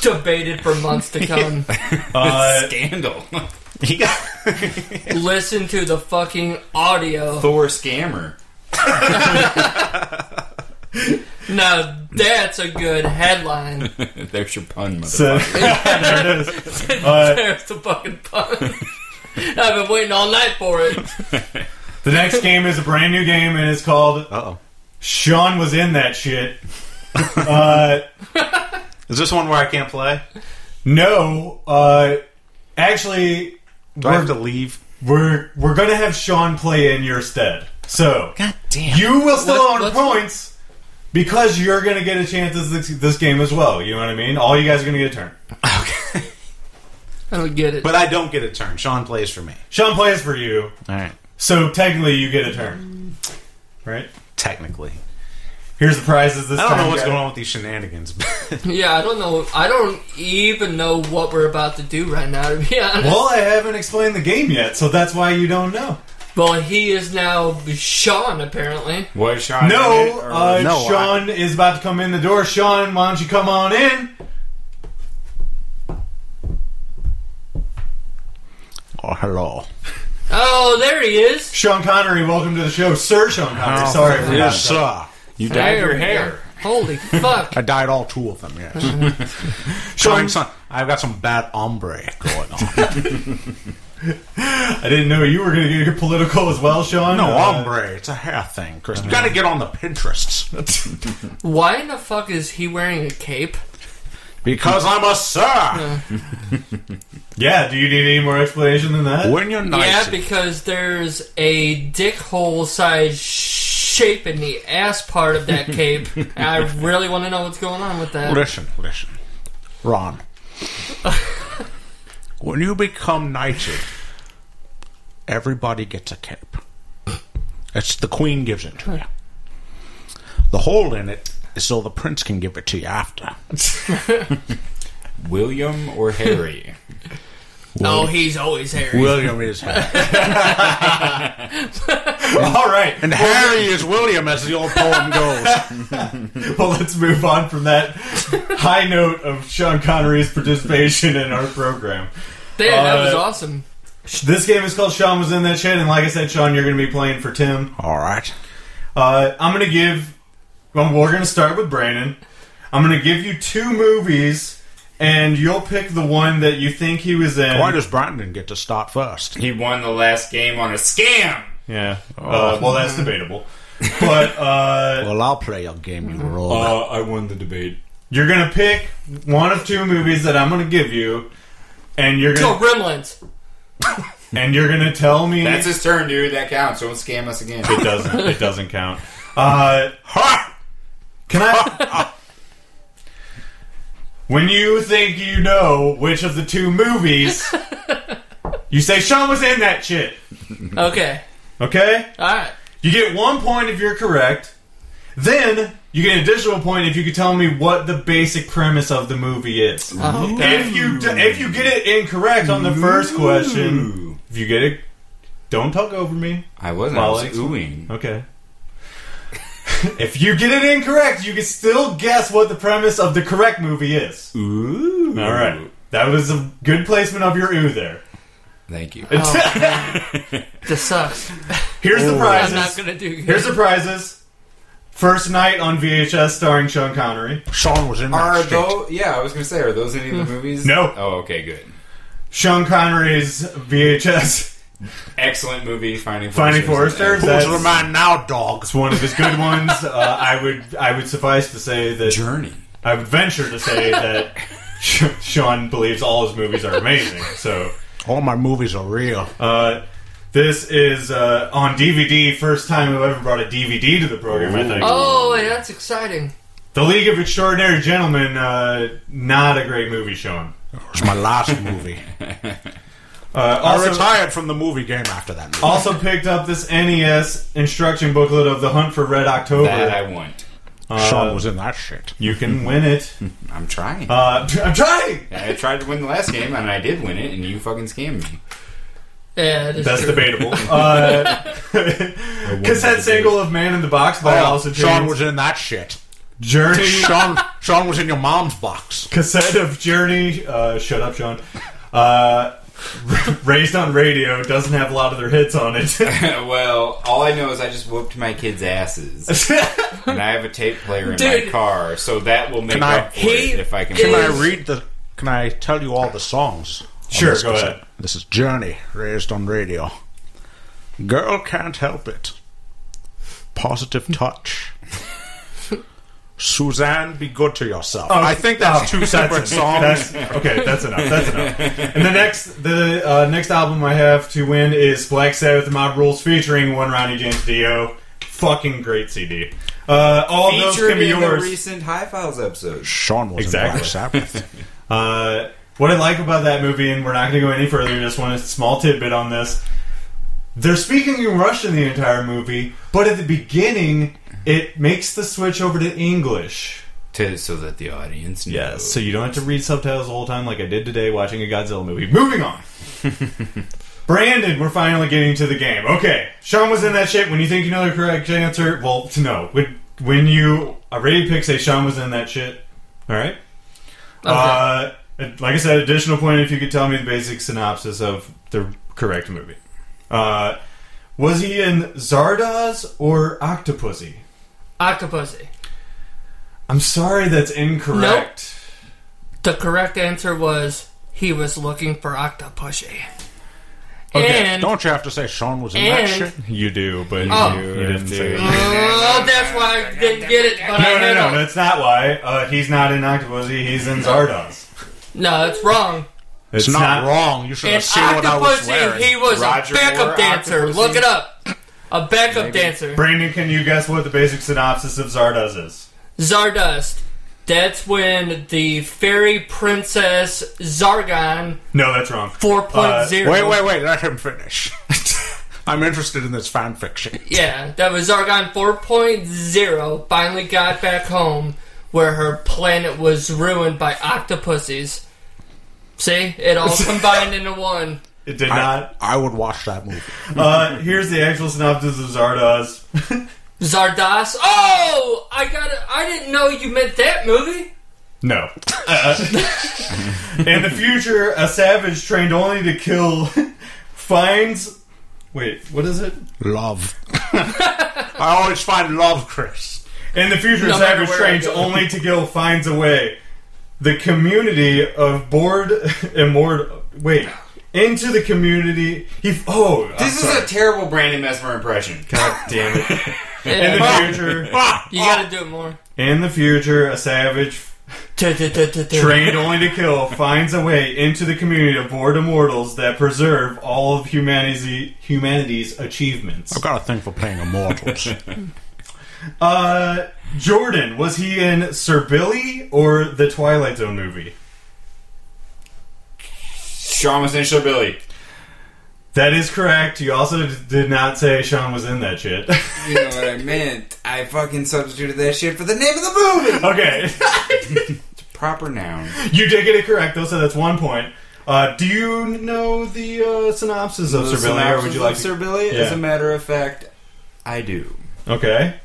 debated for months to come. Uh, Scandal. He got- Listen to the fucking audio. Thor scammer. Now that's a good headline. There's your pun, motherfucker. so, there it is. Uh, There's the fucking pun. I've been waiting all night for it. the next game is a brand new game, and it's called Uh-oh. Sean Was In That Shit. Uh, Is this one where I can't play? no. Uh, actually, Do I have to leave? We're we're gonna have Sean play in your stead. So God damn. you will still What- own what's- points because you're gonna get a chance at this, this game as well. You know what I mean? All you guys are gonna get a turn. I don't get it. But I don't get a turn. Sean plays for me. Sean plays for you, All right. so technically you get a turn. Right? Technically. Here's the prizes this I time. don't know what's guys. going on with these shenanigans. but- Yeah, I don't know. I don't even know what we're about to do right now. To be honest. Well, I haven't explained the game yet, so that's why you don't know. Well, he is now Sean apparently. Was Sean? in no, it, or- uh, No, I- Sean is about to come in the door. Sean, why don't you come on in? oh, hello. Oh, there he is. Sean Connery, welcome to the show, Sir Sean Oh, Connery. Sorry, I forgot. yes, sir. You dyed There your we go. hair. Holy fuck. I dyed all two of them. Yes. Showing some. I've got some bad ombre going on. I didn't know you were going to get political as well, Sean. no Uh, ombre. It's a hair thing, Chris. You got to get on the Pinterests Why in the fuck is he wearing a cape? because I'm a sir. Yeah, do you need any more explanation than that? When you're nice, Yeah, because there's a dickhole size shape in the ass part of that cape. I really want to know what's going on with that. Listen, listen, Ron. when you become knighted, everybody gets a cape. It's the queen gives it to you. The hole in it is so the prince can give it to you after. William or Harry? Oh, he's always hairy. William is Harry, All right. and Harry is William, as the old poem goes. Well, let's move on from that high note of Sean Connery's participation in our program. Damn, that was Uh, awesome. This game is called Sean Was in That Shit, and like I said, Sean, you're going to be playing for Tim. All right. Uh, I'm going to give. Well, we're going to start with Brandon. I'm going to give you two movies, and you'll pick the one that you think he was in. Why does Brandon get to start first? He won the last game on a scam. yeah. Uh, well, that's debatable. But uh, Well, I'll play your game, you roll. I won the debate. you're going to pick one of two movies that I'm going to give you, and you're going So, to Gremlins. and you're going to tell me That's his turn, dude. That counts. Don't scam us again. It doesn't. It doesn't count. Uh, can I? when you think you know which of the two movies, you say Sean was in that shit. Okay. Okay, All right. you get one point if you're correct. Then you get an additional point if you could tell me what the basic premise of the movie is. If you d- if you get it incorrect on the first question, if you get it, don't talk over me. I wasn't. Well, I was it's- oohing. Okay. if you get it incorrect, you can still guess what the premise of the correct movie is. Ooh. All right. That was a good placement of your ooh there. Thank you. This sucks. Here's the I'm not prizes. going to do Here's the prizes. First night on VHS starring Sean Connery. Sean was in that Are shit. those? Yeah, I was gonna say, are those any of the movies? Hmm. No. Oh, okay, good. Sean Connery's VHS Excellent movie, Finding Finding Forrester. Forrester. Who's That's the man now, dog? it's one of his good ones. Uh, I would I would suffice to say that Journey. I would venture to say that Sean believes all his movies are amazing. So All my movies are real. Uh, this is uh, on DVD. First time I've ever brought a DVD to the program. I think Oh, yeah, that's exciting. the League of Extraordinary Gentlemen. Uh, not a great movie, Sean. It was my last movie. Uh, I also, retired from the movie game after that. Movie. also picked up this NES instruction booklet of The Hunt for Red October. That I want. Oh. Sean was in that shit. you can win it. I'm trying. Uh, I'm trying. I tried to win the last game, and I did win it, and you fucking scammed me. Yeah, it is That's true. debatable. Uh, cassette single of Man in the Box by Oh, Allison Sean Chains. was in that shit. Journey. Sean, Sean was in your mom's box. cassette of Journey. Uh, shut up, Sean. Uh, Raised on Radio doesn't have a lot of their hits on it. well, all I know is I just whooped my kids' asses, and I have a tape player in Dude. my car, so that will make Can I- up for He it if I can. is- Can I read the? Can I tell you all the songs? on Sure, this go cassette? ahead. This is Journey, raised on radio. Girl can't help it. Positive touch. Suzanne, be good to yourself. I think that's Oh, two separate that's- songs. that's- okay, that's enough. That's enough. And the next, the uh, next album I have to win is Black Sabbath: The Mob Rules featuring one Ronnie James Dio. Fucking great CD. Uh, all of those can Featured be in the yours. recent High Files episode. Sean was Exactly. in Black Sabbath. Uh, what I like about that movie, and we're not going to go any further, just one small tidbit on this. They're speaking in Russian the entire movie, but at the beginning, it makes the switch over to English. To, so that the audience knows. So you don't have to read subtitles the whole time like I did today watching a Godzilla movie. Moving on. Brandon, we're finally getting to the game. Okay. Sean was in that shit. When you think you know the correct answer, well, no. When, when you, a rated pick, say Sean was in that shit. All right? Uh, like I said, additional point if you could tell me the basic synopsis of the correct movie. Uh, was he in Zardoz or Octopussy? Octopussy. I'm sorry, that's incorrect. The correct answer was he was looking for Octopussy. Okay, and Don't you have to say Sean was in that and shit? You do, but Oh. you, You you didn't do. say it. oh, that's why I didn't get it. But No, I no, had no, it. that's not why. Uh, he's not in Octopussy, he's in Zardoz. No, it's wrong. It's, not, wrong. You should And have seen what I was Octopussy, wearing. he was Roger a backup Moore, dancer. Octopussy. Look it up. A backup dancer. Brandon, can you guess what the basic synopsis of Zardoz is? Zardust. That's when the fairy princess Zargon No, that's wrong. 4.0. Wait, wait, wait. Let him finish. I'm interested in this fan fiction. Yeah, that was Zargon 4.0 finally got back home where her planet was ruined by octopuses. See? It all combined into one. It did I, not. I would watch that movie. Uh, here's the actual synopsis of Zardoz. Zardos. Oh! I got it. I didn't know you meant that movie. No. in the future, a savage trained only to kill finds. Wait, what is it? Love. I always find love, Chris. In the future, No a matter savage where I trained go. only to kill finds a way. The community of bored immortal. Wait, into the community. He. Oh, I'm This sorry. is a terrible Brandon Mesmer impression. God damn it. In Yeah, the future, you gotta do it more. in the future, a savage Train. trained only to kill, finds a way into the community of bored immortals that preserve all of humanity, humanity's achievements. I've got a thing for playing immortals. Uh, Jordan, was he in Sir Billy or the Twilight Zone movie? Sean was in Billy. That is correct. You also d- did not say Sean was in that shit. You know what I meant? I fucking substituted that shit for the name of the movie. okay, Proper noun. you did get it correct though, so that's one point. Uh, do you know the uh, synopsis of Sir Billy, or would you like? Sir To- Billy? As Yeah. a matter of fact, I do. okay,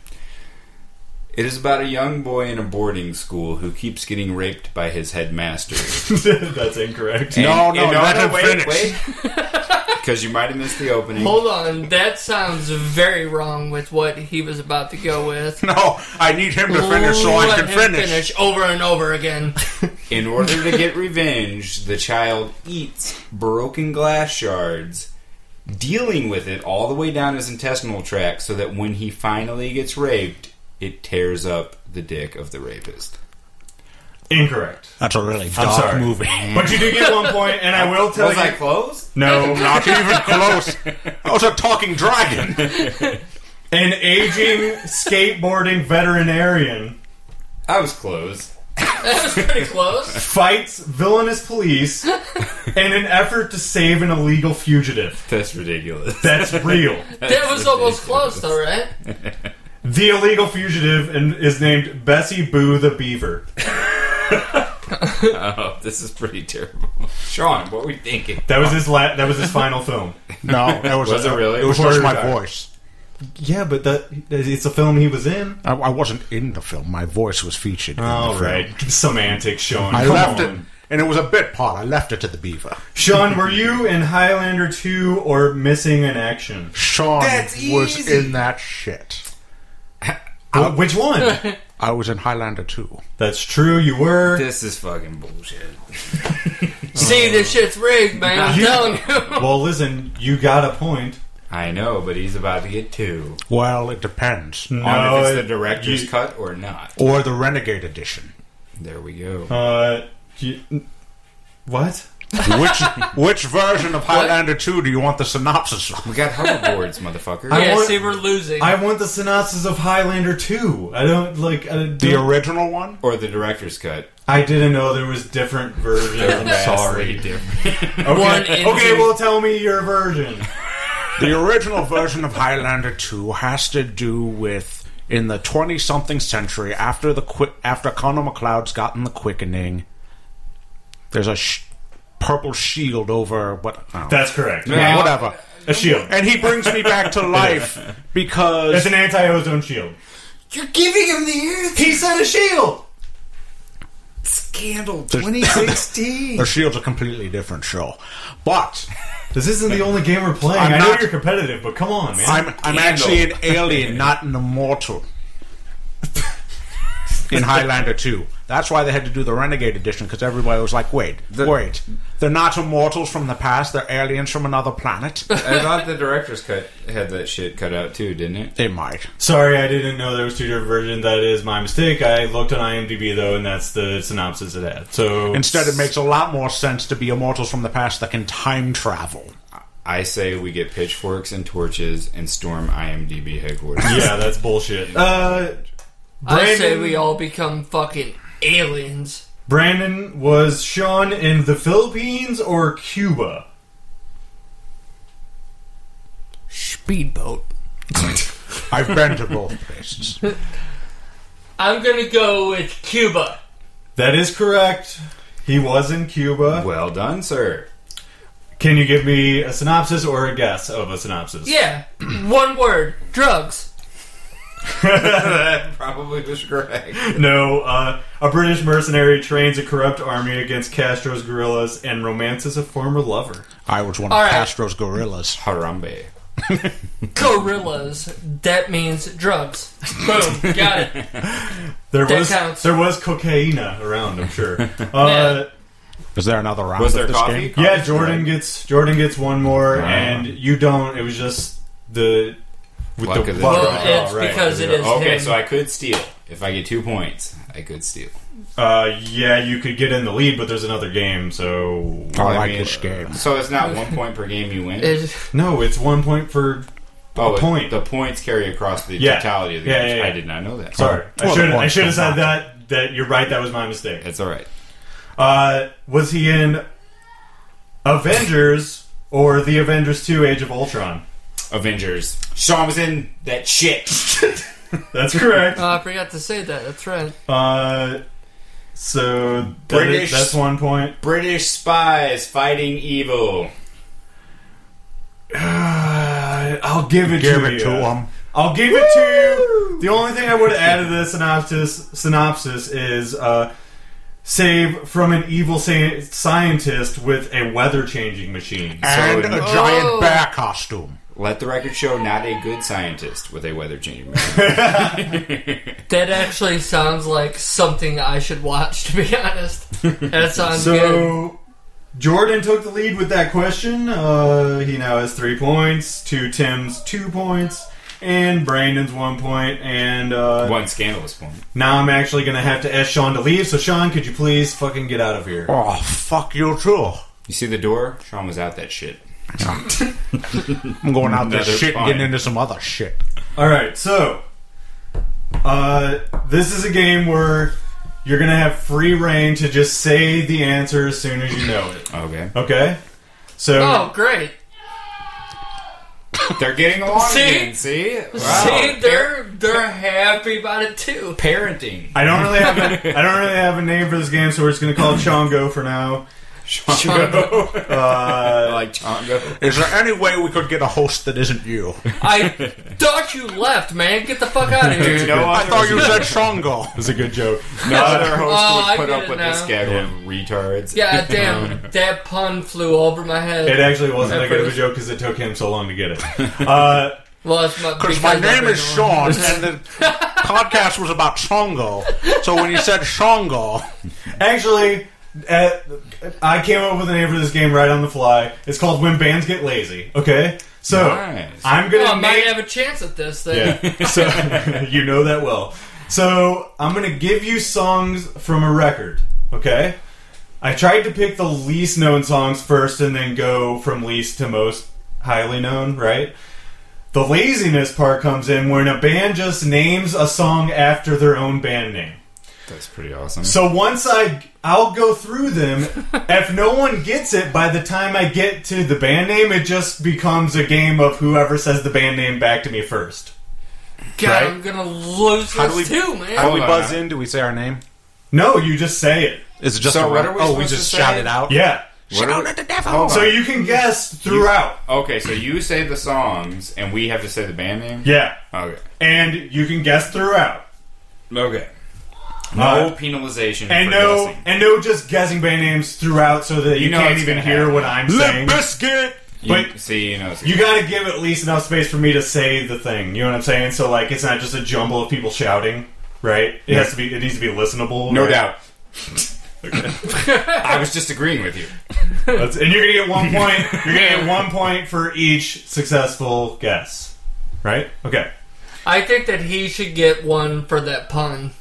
It is about a young boy in a boarding school who keeps getting raped by his headmaster. that's incorrect. No, no, let him finish. Because you might have missed the opening. Hold on, that sounds very wrong with what he was about to go with. no, I need him to finish so I Let can him finish. over and over again. In order to get revenge, the child eats broken glass shards, dealing with it all the way down his intestinal tract so that when he finally gets raped, it tears up the dick of the rapist. Incorrect. That's a really I'm dark sorry. movie. But you do get one point, and I will tell Was you. I close? no, Not even close. I was a talking dragon. An aging skateboarding veterinarian I was close. That was pretty close. fights villainous police in an effort to save an illegal fugitive. That's ridiculous. That's real. That was almost close, though, right? The illegal fugitive and is named Bessie Boo the Beaver. Oh, this is pretty terrible. Sean, what were you thinking? That was his la- that was his final film. No, it was, Was it really? It was Before just he my died. voice. Yeah, but that it's a film he was in. I, I wasn't in the film. My voice was featured. in the All film. Oh, right, semantics, Sean. I Come left on. it, and it was a bit part. I left it to the beaver. Sean, were you in Highlander 2 or Missing in Action? Sean That's was easy. in that shit. Wh- Uh, Which one? I was in Highlander too. That's true. You were. This is fucking bullshit. See, this shit's rigged, man. I'm You- telling you. Well, listen, you got a point. I know, but he's about to get two. Well, it depends. No, on if it's the it- director's you- cut or not. Or the Renegade Edition, There we go. Uh, you, what? which which version of Highlander two do you want the synopsis of? We got hoverboards, motherfucker. I yeah, want- see, we're losing. I want the synopsis of Highlander 2. I don't like. I, The don't- original one? or the director's cut. I didn't know there was different versions. I'm Vastly sorry. different. Okay. One okay, engine. well, tell me your version. The original version of Highlander 2 has to do with in the 20 something century after the qui- after Connor McLeod's gotten the quickening there's a sh- purple shield over what I don't know. That's correct. Yeah, whatever A shield. and he brings me back to life It's because an anti-ozone shield. You're giving him the year He said a shield. scandal There's- 2016. the shield's a completely different show but This isn't the only game we're playing. I'm I know not- you're competitive, but come on, man. I'm I'm actually an alien, not an immortal. In Highlander 2. That's why they had to do the Renegade Edition because everybody was like, wait, The- wait. They're not immortals from the past, they're aliens from another planet. I thought the director's cut had that shit cut out too, didn't it? they might. Sorry, I didn't know there was two different versions. That is my mistake. I looked on IMDb though, and that's the synopsis it had. So Instead, it makes a lot more sense to be immortals from the past that can time travel. I say we get pitchforks and torches and storm IMDb headquarters. yeah, that's bullshit. Uh, I say Brandon- we all become fucking aliens. Brandon was Sean in the Philippines or Cuba? Speedboat. I've been to both places. I'm gonna go with Cuba. That is correct. He was in Cuba. Well done, sir. Can you give me a synopsis or a guess of a synopsis? Yeah, one word: drugs. That probably was correct. No, uh, a British mercenary trains a corrupt army against Castro's guerrillas and romances a former lover. I was one All of right. Castro's gorillas. Harambe. Gorillas. That means drugs. Boom. Got it. There That was counts. there was cocaina around, I'm sure. Uh, Yeah. Is there another round Was of there this coffee? game? Yeah, Jordan gets Jordan gets one more, Wow. and you don't. It was just the with Luck the of the water. draw. Well, it's because it is Okay, him. so I could steal. If I get two points, I could steal. Uh, yeah, you could get in the lead, but there's another game, so I Well, I like mean, this game. So it's not one point per game you win. It- no, it's one point for. oh, a it- point. The points carry across the Yeah. totality of the Yeah, game. yeah, yeah. I did not know that. Sorry, Well, I the should I points should have said don't that. That you're right. That was my mistake. It's all right. Uh, was he in Avengers or the Avengers Two: Age of Ultron? Avengers. Sean was in that shit. That's correct. oh, I forgot to say that. That's right. Uh, so that- British- that's one point. British spies fighting evil. Uh, I'll give it Give to it you. to them. I'll give it to you. The only thing I would add to the synopsis synopsis is uh, save from an evil sa- scientist with a weather changing machine. And a Oh. giant bear costume. Let the record show not a good scientist with a weather changing That actually sounds like something I should watch. To be honest, that sounds good. So Jordan took the lead with that question. Uh, he now has three points. Two Tim's two points. And Brandon's one point, and uh, One scandalous point. now I'm actually gonna have to ask Sean to leave. So Sean, could you please fucking get out of here? Oh, fuck you too. You see the door? Sean was out that shit. I'm going out this Another shit and fine. getting into some other shit. All right, so uh, this is a game where you're gonna have free reign to just say the answer as soon as you know it. Okay. Okay, so Oh, great. They're getting along See? again. See? Wow. See, they're they're happy about it too. parenting. I don't really have a, I don't really have a name for this game, so we're just gonna call it Chongo for now. Chongo. I like Chongo. Is there any way we could get a host that isn't you? I thought you left, man. Get the fuck out of here. No I other, thought you said Shango. It's a good joke. no other host Oh, I would put get up it with now. this gaggle of retards. Yeah, damn. That pun flew over my head. It actually wasn't At that good of a first. joke because it took him so long to get it. Uh, Well, it's my, Because my name is Sean, and the podcast was about Shango. So when you said Shango, actually, uh I came up with a name for this game right on the fly. It's called When Bands Get Lazy. Okay, so Nice. I'm Oh, gonna I might make have a chance at this thing. Yeah. So you know that well. So I'm gonna give you songs from a record. Okay. I tried to pick the least known songs first, and then go from least to most highly known. Right. The laziness part comes in when a band just names a song after their own band name. That's pretty awesome. So once I I'll go through them. if no one gets it by the time I get to the band name, it just becomes a game of whoever says the band name back to me first. God, Right? I'm gonna lose How do this we- too, man. when we on buzz now. in, do we say our name? No, you just say it. Is it just So a what run- are we Oh, we supposed to just say? shout it out. Yeah. What are Shout we- at the devil. Hold on. So you can guess throughout. okay, so you say the songs, and we have to say the band name? Yeah. Okay. And you can guess throughout. Okay. No Uh, penalization. and for no guessing. and no just guessing band names throughout so that you, know can't it's even gonna hear happen. what I'm Limp saying. biscuit. You, But- see, you know, it's- You gotta give at least enough space for me to say the thing. You know what I'm saying? So like, it's not just a jumble of people shouting, right? It has to be. It needs to be listenable. no right? doubt. I was just agreeing with you. That's- and you're gonna get one point. You're gonna get one point for each successful guess. Right? Okay. I think that he should get one for that pun.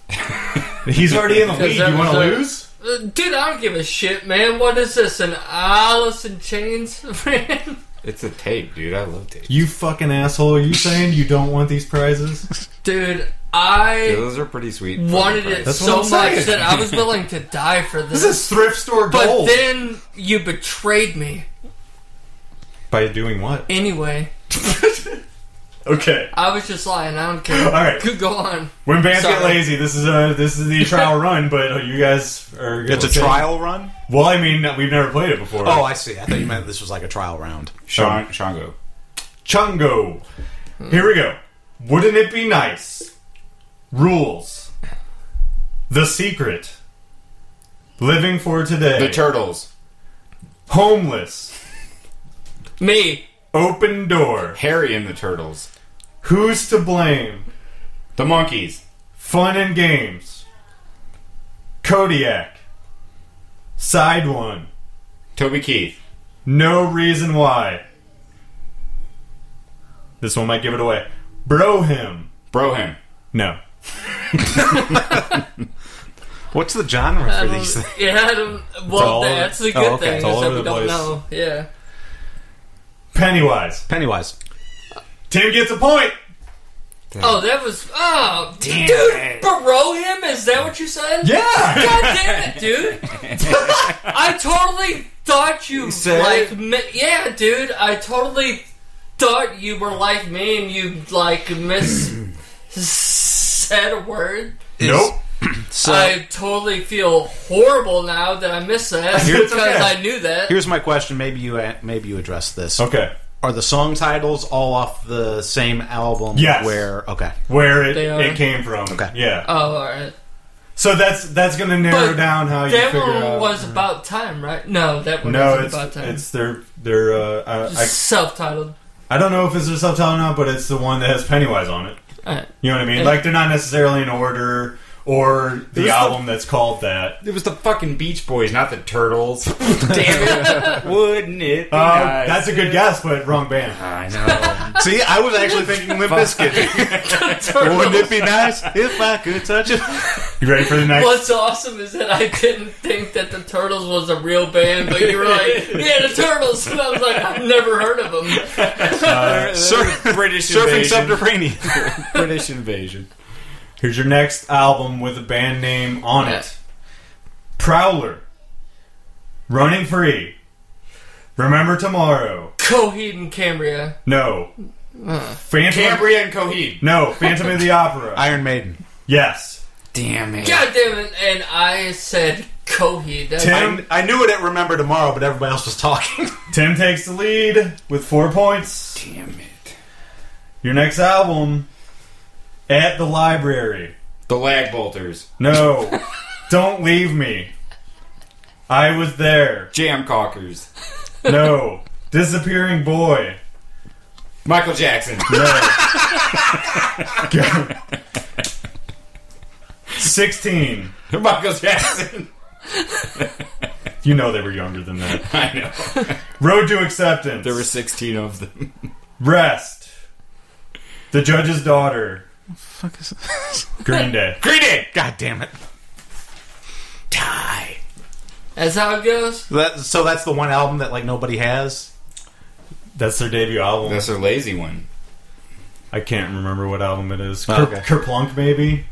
He's already in the Because lead. that You want to was a- lose? Uh, Dude, I don't give a shit, man. What is this? An Alice in Chains, man? It's a tape, dude. I love tape. You fucking asshole! Are you saying you don't want these prizes? Dude, I Those are pretty sweet. wanted it That's so what much I'm saying. that I was willing to die for this. This is thrift store but gold. then you betrayed me. By doing what? Anyway, Okay. I was just lying. I don't care. All right. Could go on. When bands get Sorry. lazy, this is a this is the trial run. But uh, you guys are. It's a trial run. Well, I mean, we've never played it before. Oh, I see. I thought you meant this was like a trial round. Sean, Shango. Chungo. Here we go. Wouldn't it be nice? Rules. The secret. Living for today. The Turtles. Homeless. Me. Open door. Harry and the Turtles. Who's to blame? The Monkeys. Fun and games. Kodiak. Side one. Toby Keith. No reason why. This one might give it away. Bro him. Broham. No. What's the genre I Um, for don't- these things? yeah, I don't, well, all- that's the oh, good okay, thing it's all is that over we the don't place. know. Yeah. Pennywise. Pennywise. Tim gets a point. Oh, that was. Oh, dude, bro, him? Is that what you said? Yeah. God damn it, dude! I totally thought you, said like it? me. Yeah, dude, I totally thought you were like me and you like miss said a word. Nope. So I totally feel horrible now that I missed that It's because okay. I knew that. here's my question. Maybe you maybe you address this. Okay. Are the song titles all off the same album? Yes. Where okay. Where it, They are- it came from. Okay. Yeah. oh, all right. so that's that's going to narrow But down how you That figure one out. uh, was about time, right? No, that one no, wasn't it's about time. it's their their uh, I, self-titled. I I don't know if it's their subtitle or not, but it's the one that has Pennywise on it. All right. You know what I mean? And- like they're not necessarily in order or There's the the- album that's called that. It was the fucking Beach Boys, not the Turtles. Damn it. Oh, Wouldn't it? Be Uh, nice? That's a good guess, but wrong band. I know. See, I was actually thinking Limp Bizkit. Wouldn't it be nice if I could touch it? You ready for the next? What's awesome is that I didn't think that the Turtles was a real band, but you were like, "Yeah, the Turtles." And I was like, "I've never heard of them." Sur- British surfing invasion. subterranean. British invasion. Here's your next album with a band name on it. Prowler. Running Free. Remember Tomorrow. Coheed and Cambria. No. Phantom Cambria and Coheed. No, Phantom of the Opera. Iron Maiden. yes. Damn it. God damn it! And I said Coheed. That's- Tim- I, I knew it at Remember Tomorrow, but everybody else was talking. Tim takes the lead with four points. Damn it. Your next album, At the Library. The Lag Bolters. No, Don't Leave Me. I Was There. Jam Cockers. No, Disappearing Boy. Michael Jackson. No. Go. 16. Michael Jackson. You know they were younger than that. I know. Road to Acceptance. There were 16 of them. Rest. The Judge's Daughter. Green Day. Green Day. God damn it. Die. That's how it goes. That, so that's the one album that like nobody has. That's their debut album. That's their lazy one. I can't remember what album it is. Oh, Ker- okay. Kerplunk, maybe?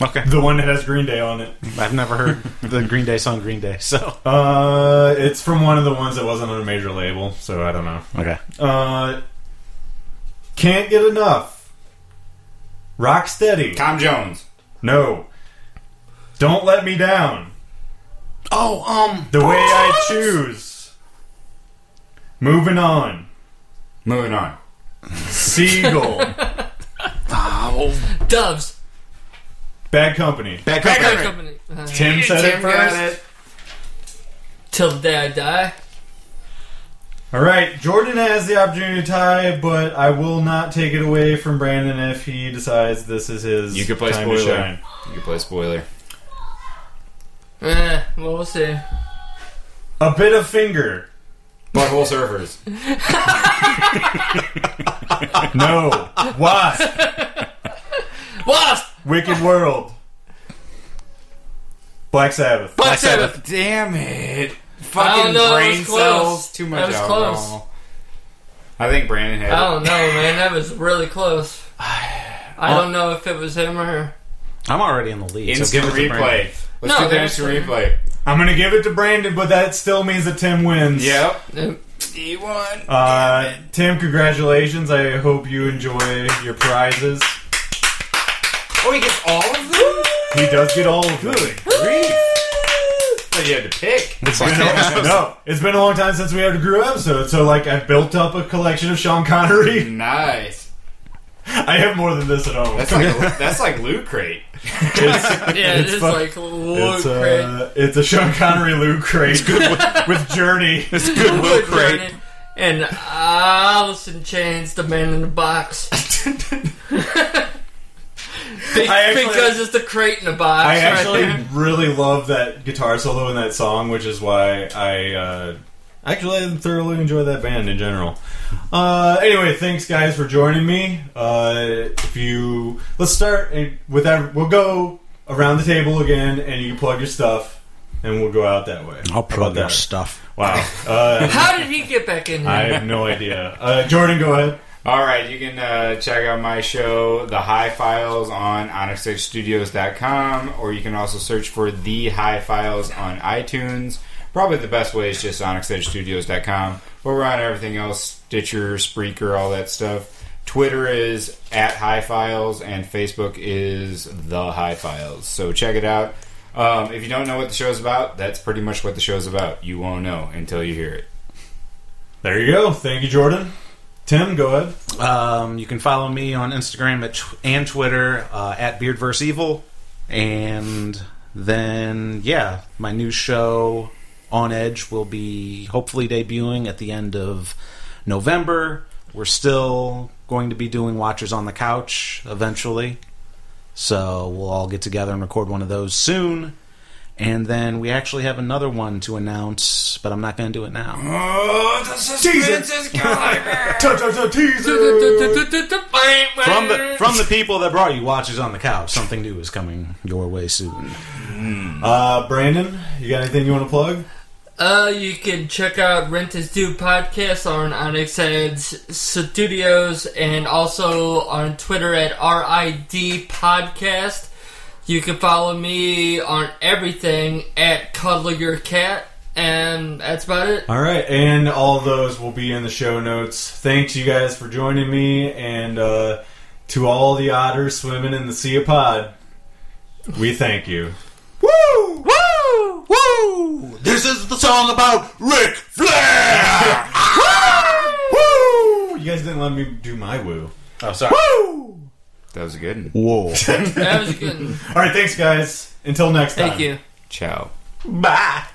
Okay, The one that has Green Day on it. I've never heard the Green Day song Green Day. So Uh, it's from one of the ones that wasn't on a major label, so I don't know. okay, Uh, Can't Get Enough. Rocksteady. Tom Jones. No. Don't Let Me Down. Oh, um, The Way I Choose. Moving on. Moving on. Seagull. Doves. Bad Company. Bad Bad Company. Company. Uh, Tim said it first. Till the day I die. All right, Jordan has the opportunity to tie, but I will not take it away from Brandon if he decides this is his. You could play time to spoiler. shine. You can play spoiler. Eh, well, we'll see. A bit of finger. Butthole surfers. No. Wasp. Wasp! Wicked World. Black Sabbath. Black Sabbath! Damn it! I Fucking don't know, that brain was close. cells. Too much That was alcohol. close. I think Brandon had I it. don't know, man. That was really close. I don't know if it was him or her. I'm already in the lead. so instant give it to Brandon. replay. Let's No, do the that's instant fine. replay. I'm going to give it to Brandon, but that still means that Tim wins. Yep. Eh, He won. Uh, Tim, congratulations. I hope you enjoy your prizes. oh, he gets all of them. He does get all of good. Grief. But you had to pick. It's like- no, it's been a long time since we had a Gru episode, so like I built up a collection of Sean Connery. Nice. I have more than this at home. That's like that's like loot crate. it's, Yeah, it's, fuck- like Lord it's, Craig. uh, it's a Sean Connery Lou crate with, Journey. It's Goodwill crate. And Alice in Chains, the man in the box. Be- I actually- because it's the crate in the box. I right actually there. really love that guitar solo in that song, which is why I uh, actually I thoroughly enjoy that band in general. Uh, anyway, thanks guys for joining me. Uh, if you let's start uh, with that, we'll go around the table again, and you can plug your stuff, and we'll go out that way. How I'll about plug your that? stuff. Wow, uh, How did he get back in here? I have no idea. Uh, Jordan, go ahead. All right, you can uh, check out my show, The High Files, on onyxedgestudios.com, or you can also search for The High Files on iTunes. Probably the best way is just onyxedgestudios.com, but we're on everything else Stitcher, Spreaker, all that stuff. Twitter is at High Files, and Facebook is The High Files. So check it out. Um, if you don't know what the show's about, that's pretty much what the show's about. You won't know until you hear it. There you go. Thank you, Jordan. Tim, go ahead. Um, you can follow me on Instagram at tw- and Twitter uh, at Beardverse Evil, and then yeah, my new show on Edge will be hopefully debuting at the end of November. We're still going to be doing Watchers on the Couch eventually, so we'll all get together and record one of those soon. And then we actually have another one to announce, but I'm not going to do it now. Oh, the suspense is killing Touch, touch, touch, teaser. From From the from the people that brought you Watchers on the Couch, something new is coming your way soon. Uh, Brandon, you got anything you want to plug? Uh, you can check out Rent is Due podcast on Onyx Edge Studios and also on Twitter at RID Podcast. You can follow me on everything at Cuddle Your Cat, and that's about it. All right, and all those will be in the show notes. Thanks, you guys, for joining me, and uh, to all the otters swimming in the sea of pod, we thank you. Woo! Woo! Woo! This is the song about Rick Flair! You guys didn't let me do my woo. Oh, sorry. Woo! That was a good one. Whoa. That was good. All right, thanks, guys. Until next time. Thank you. Ciao. Bye.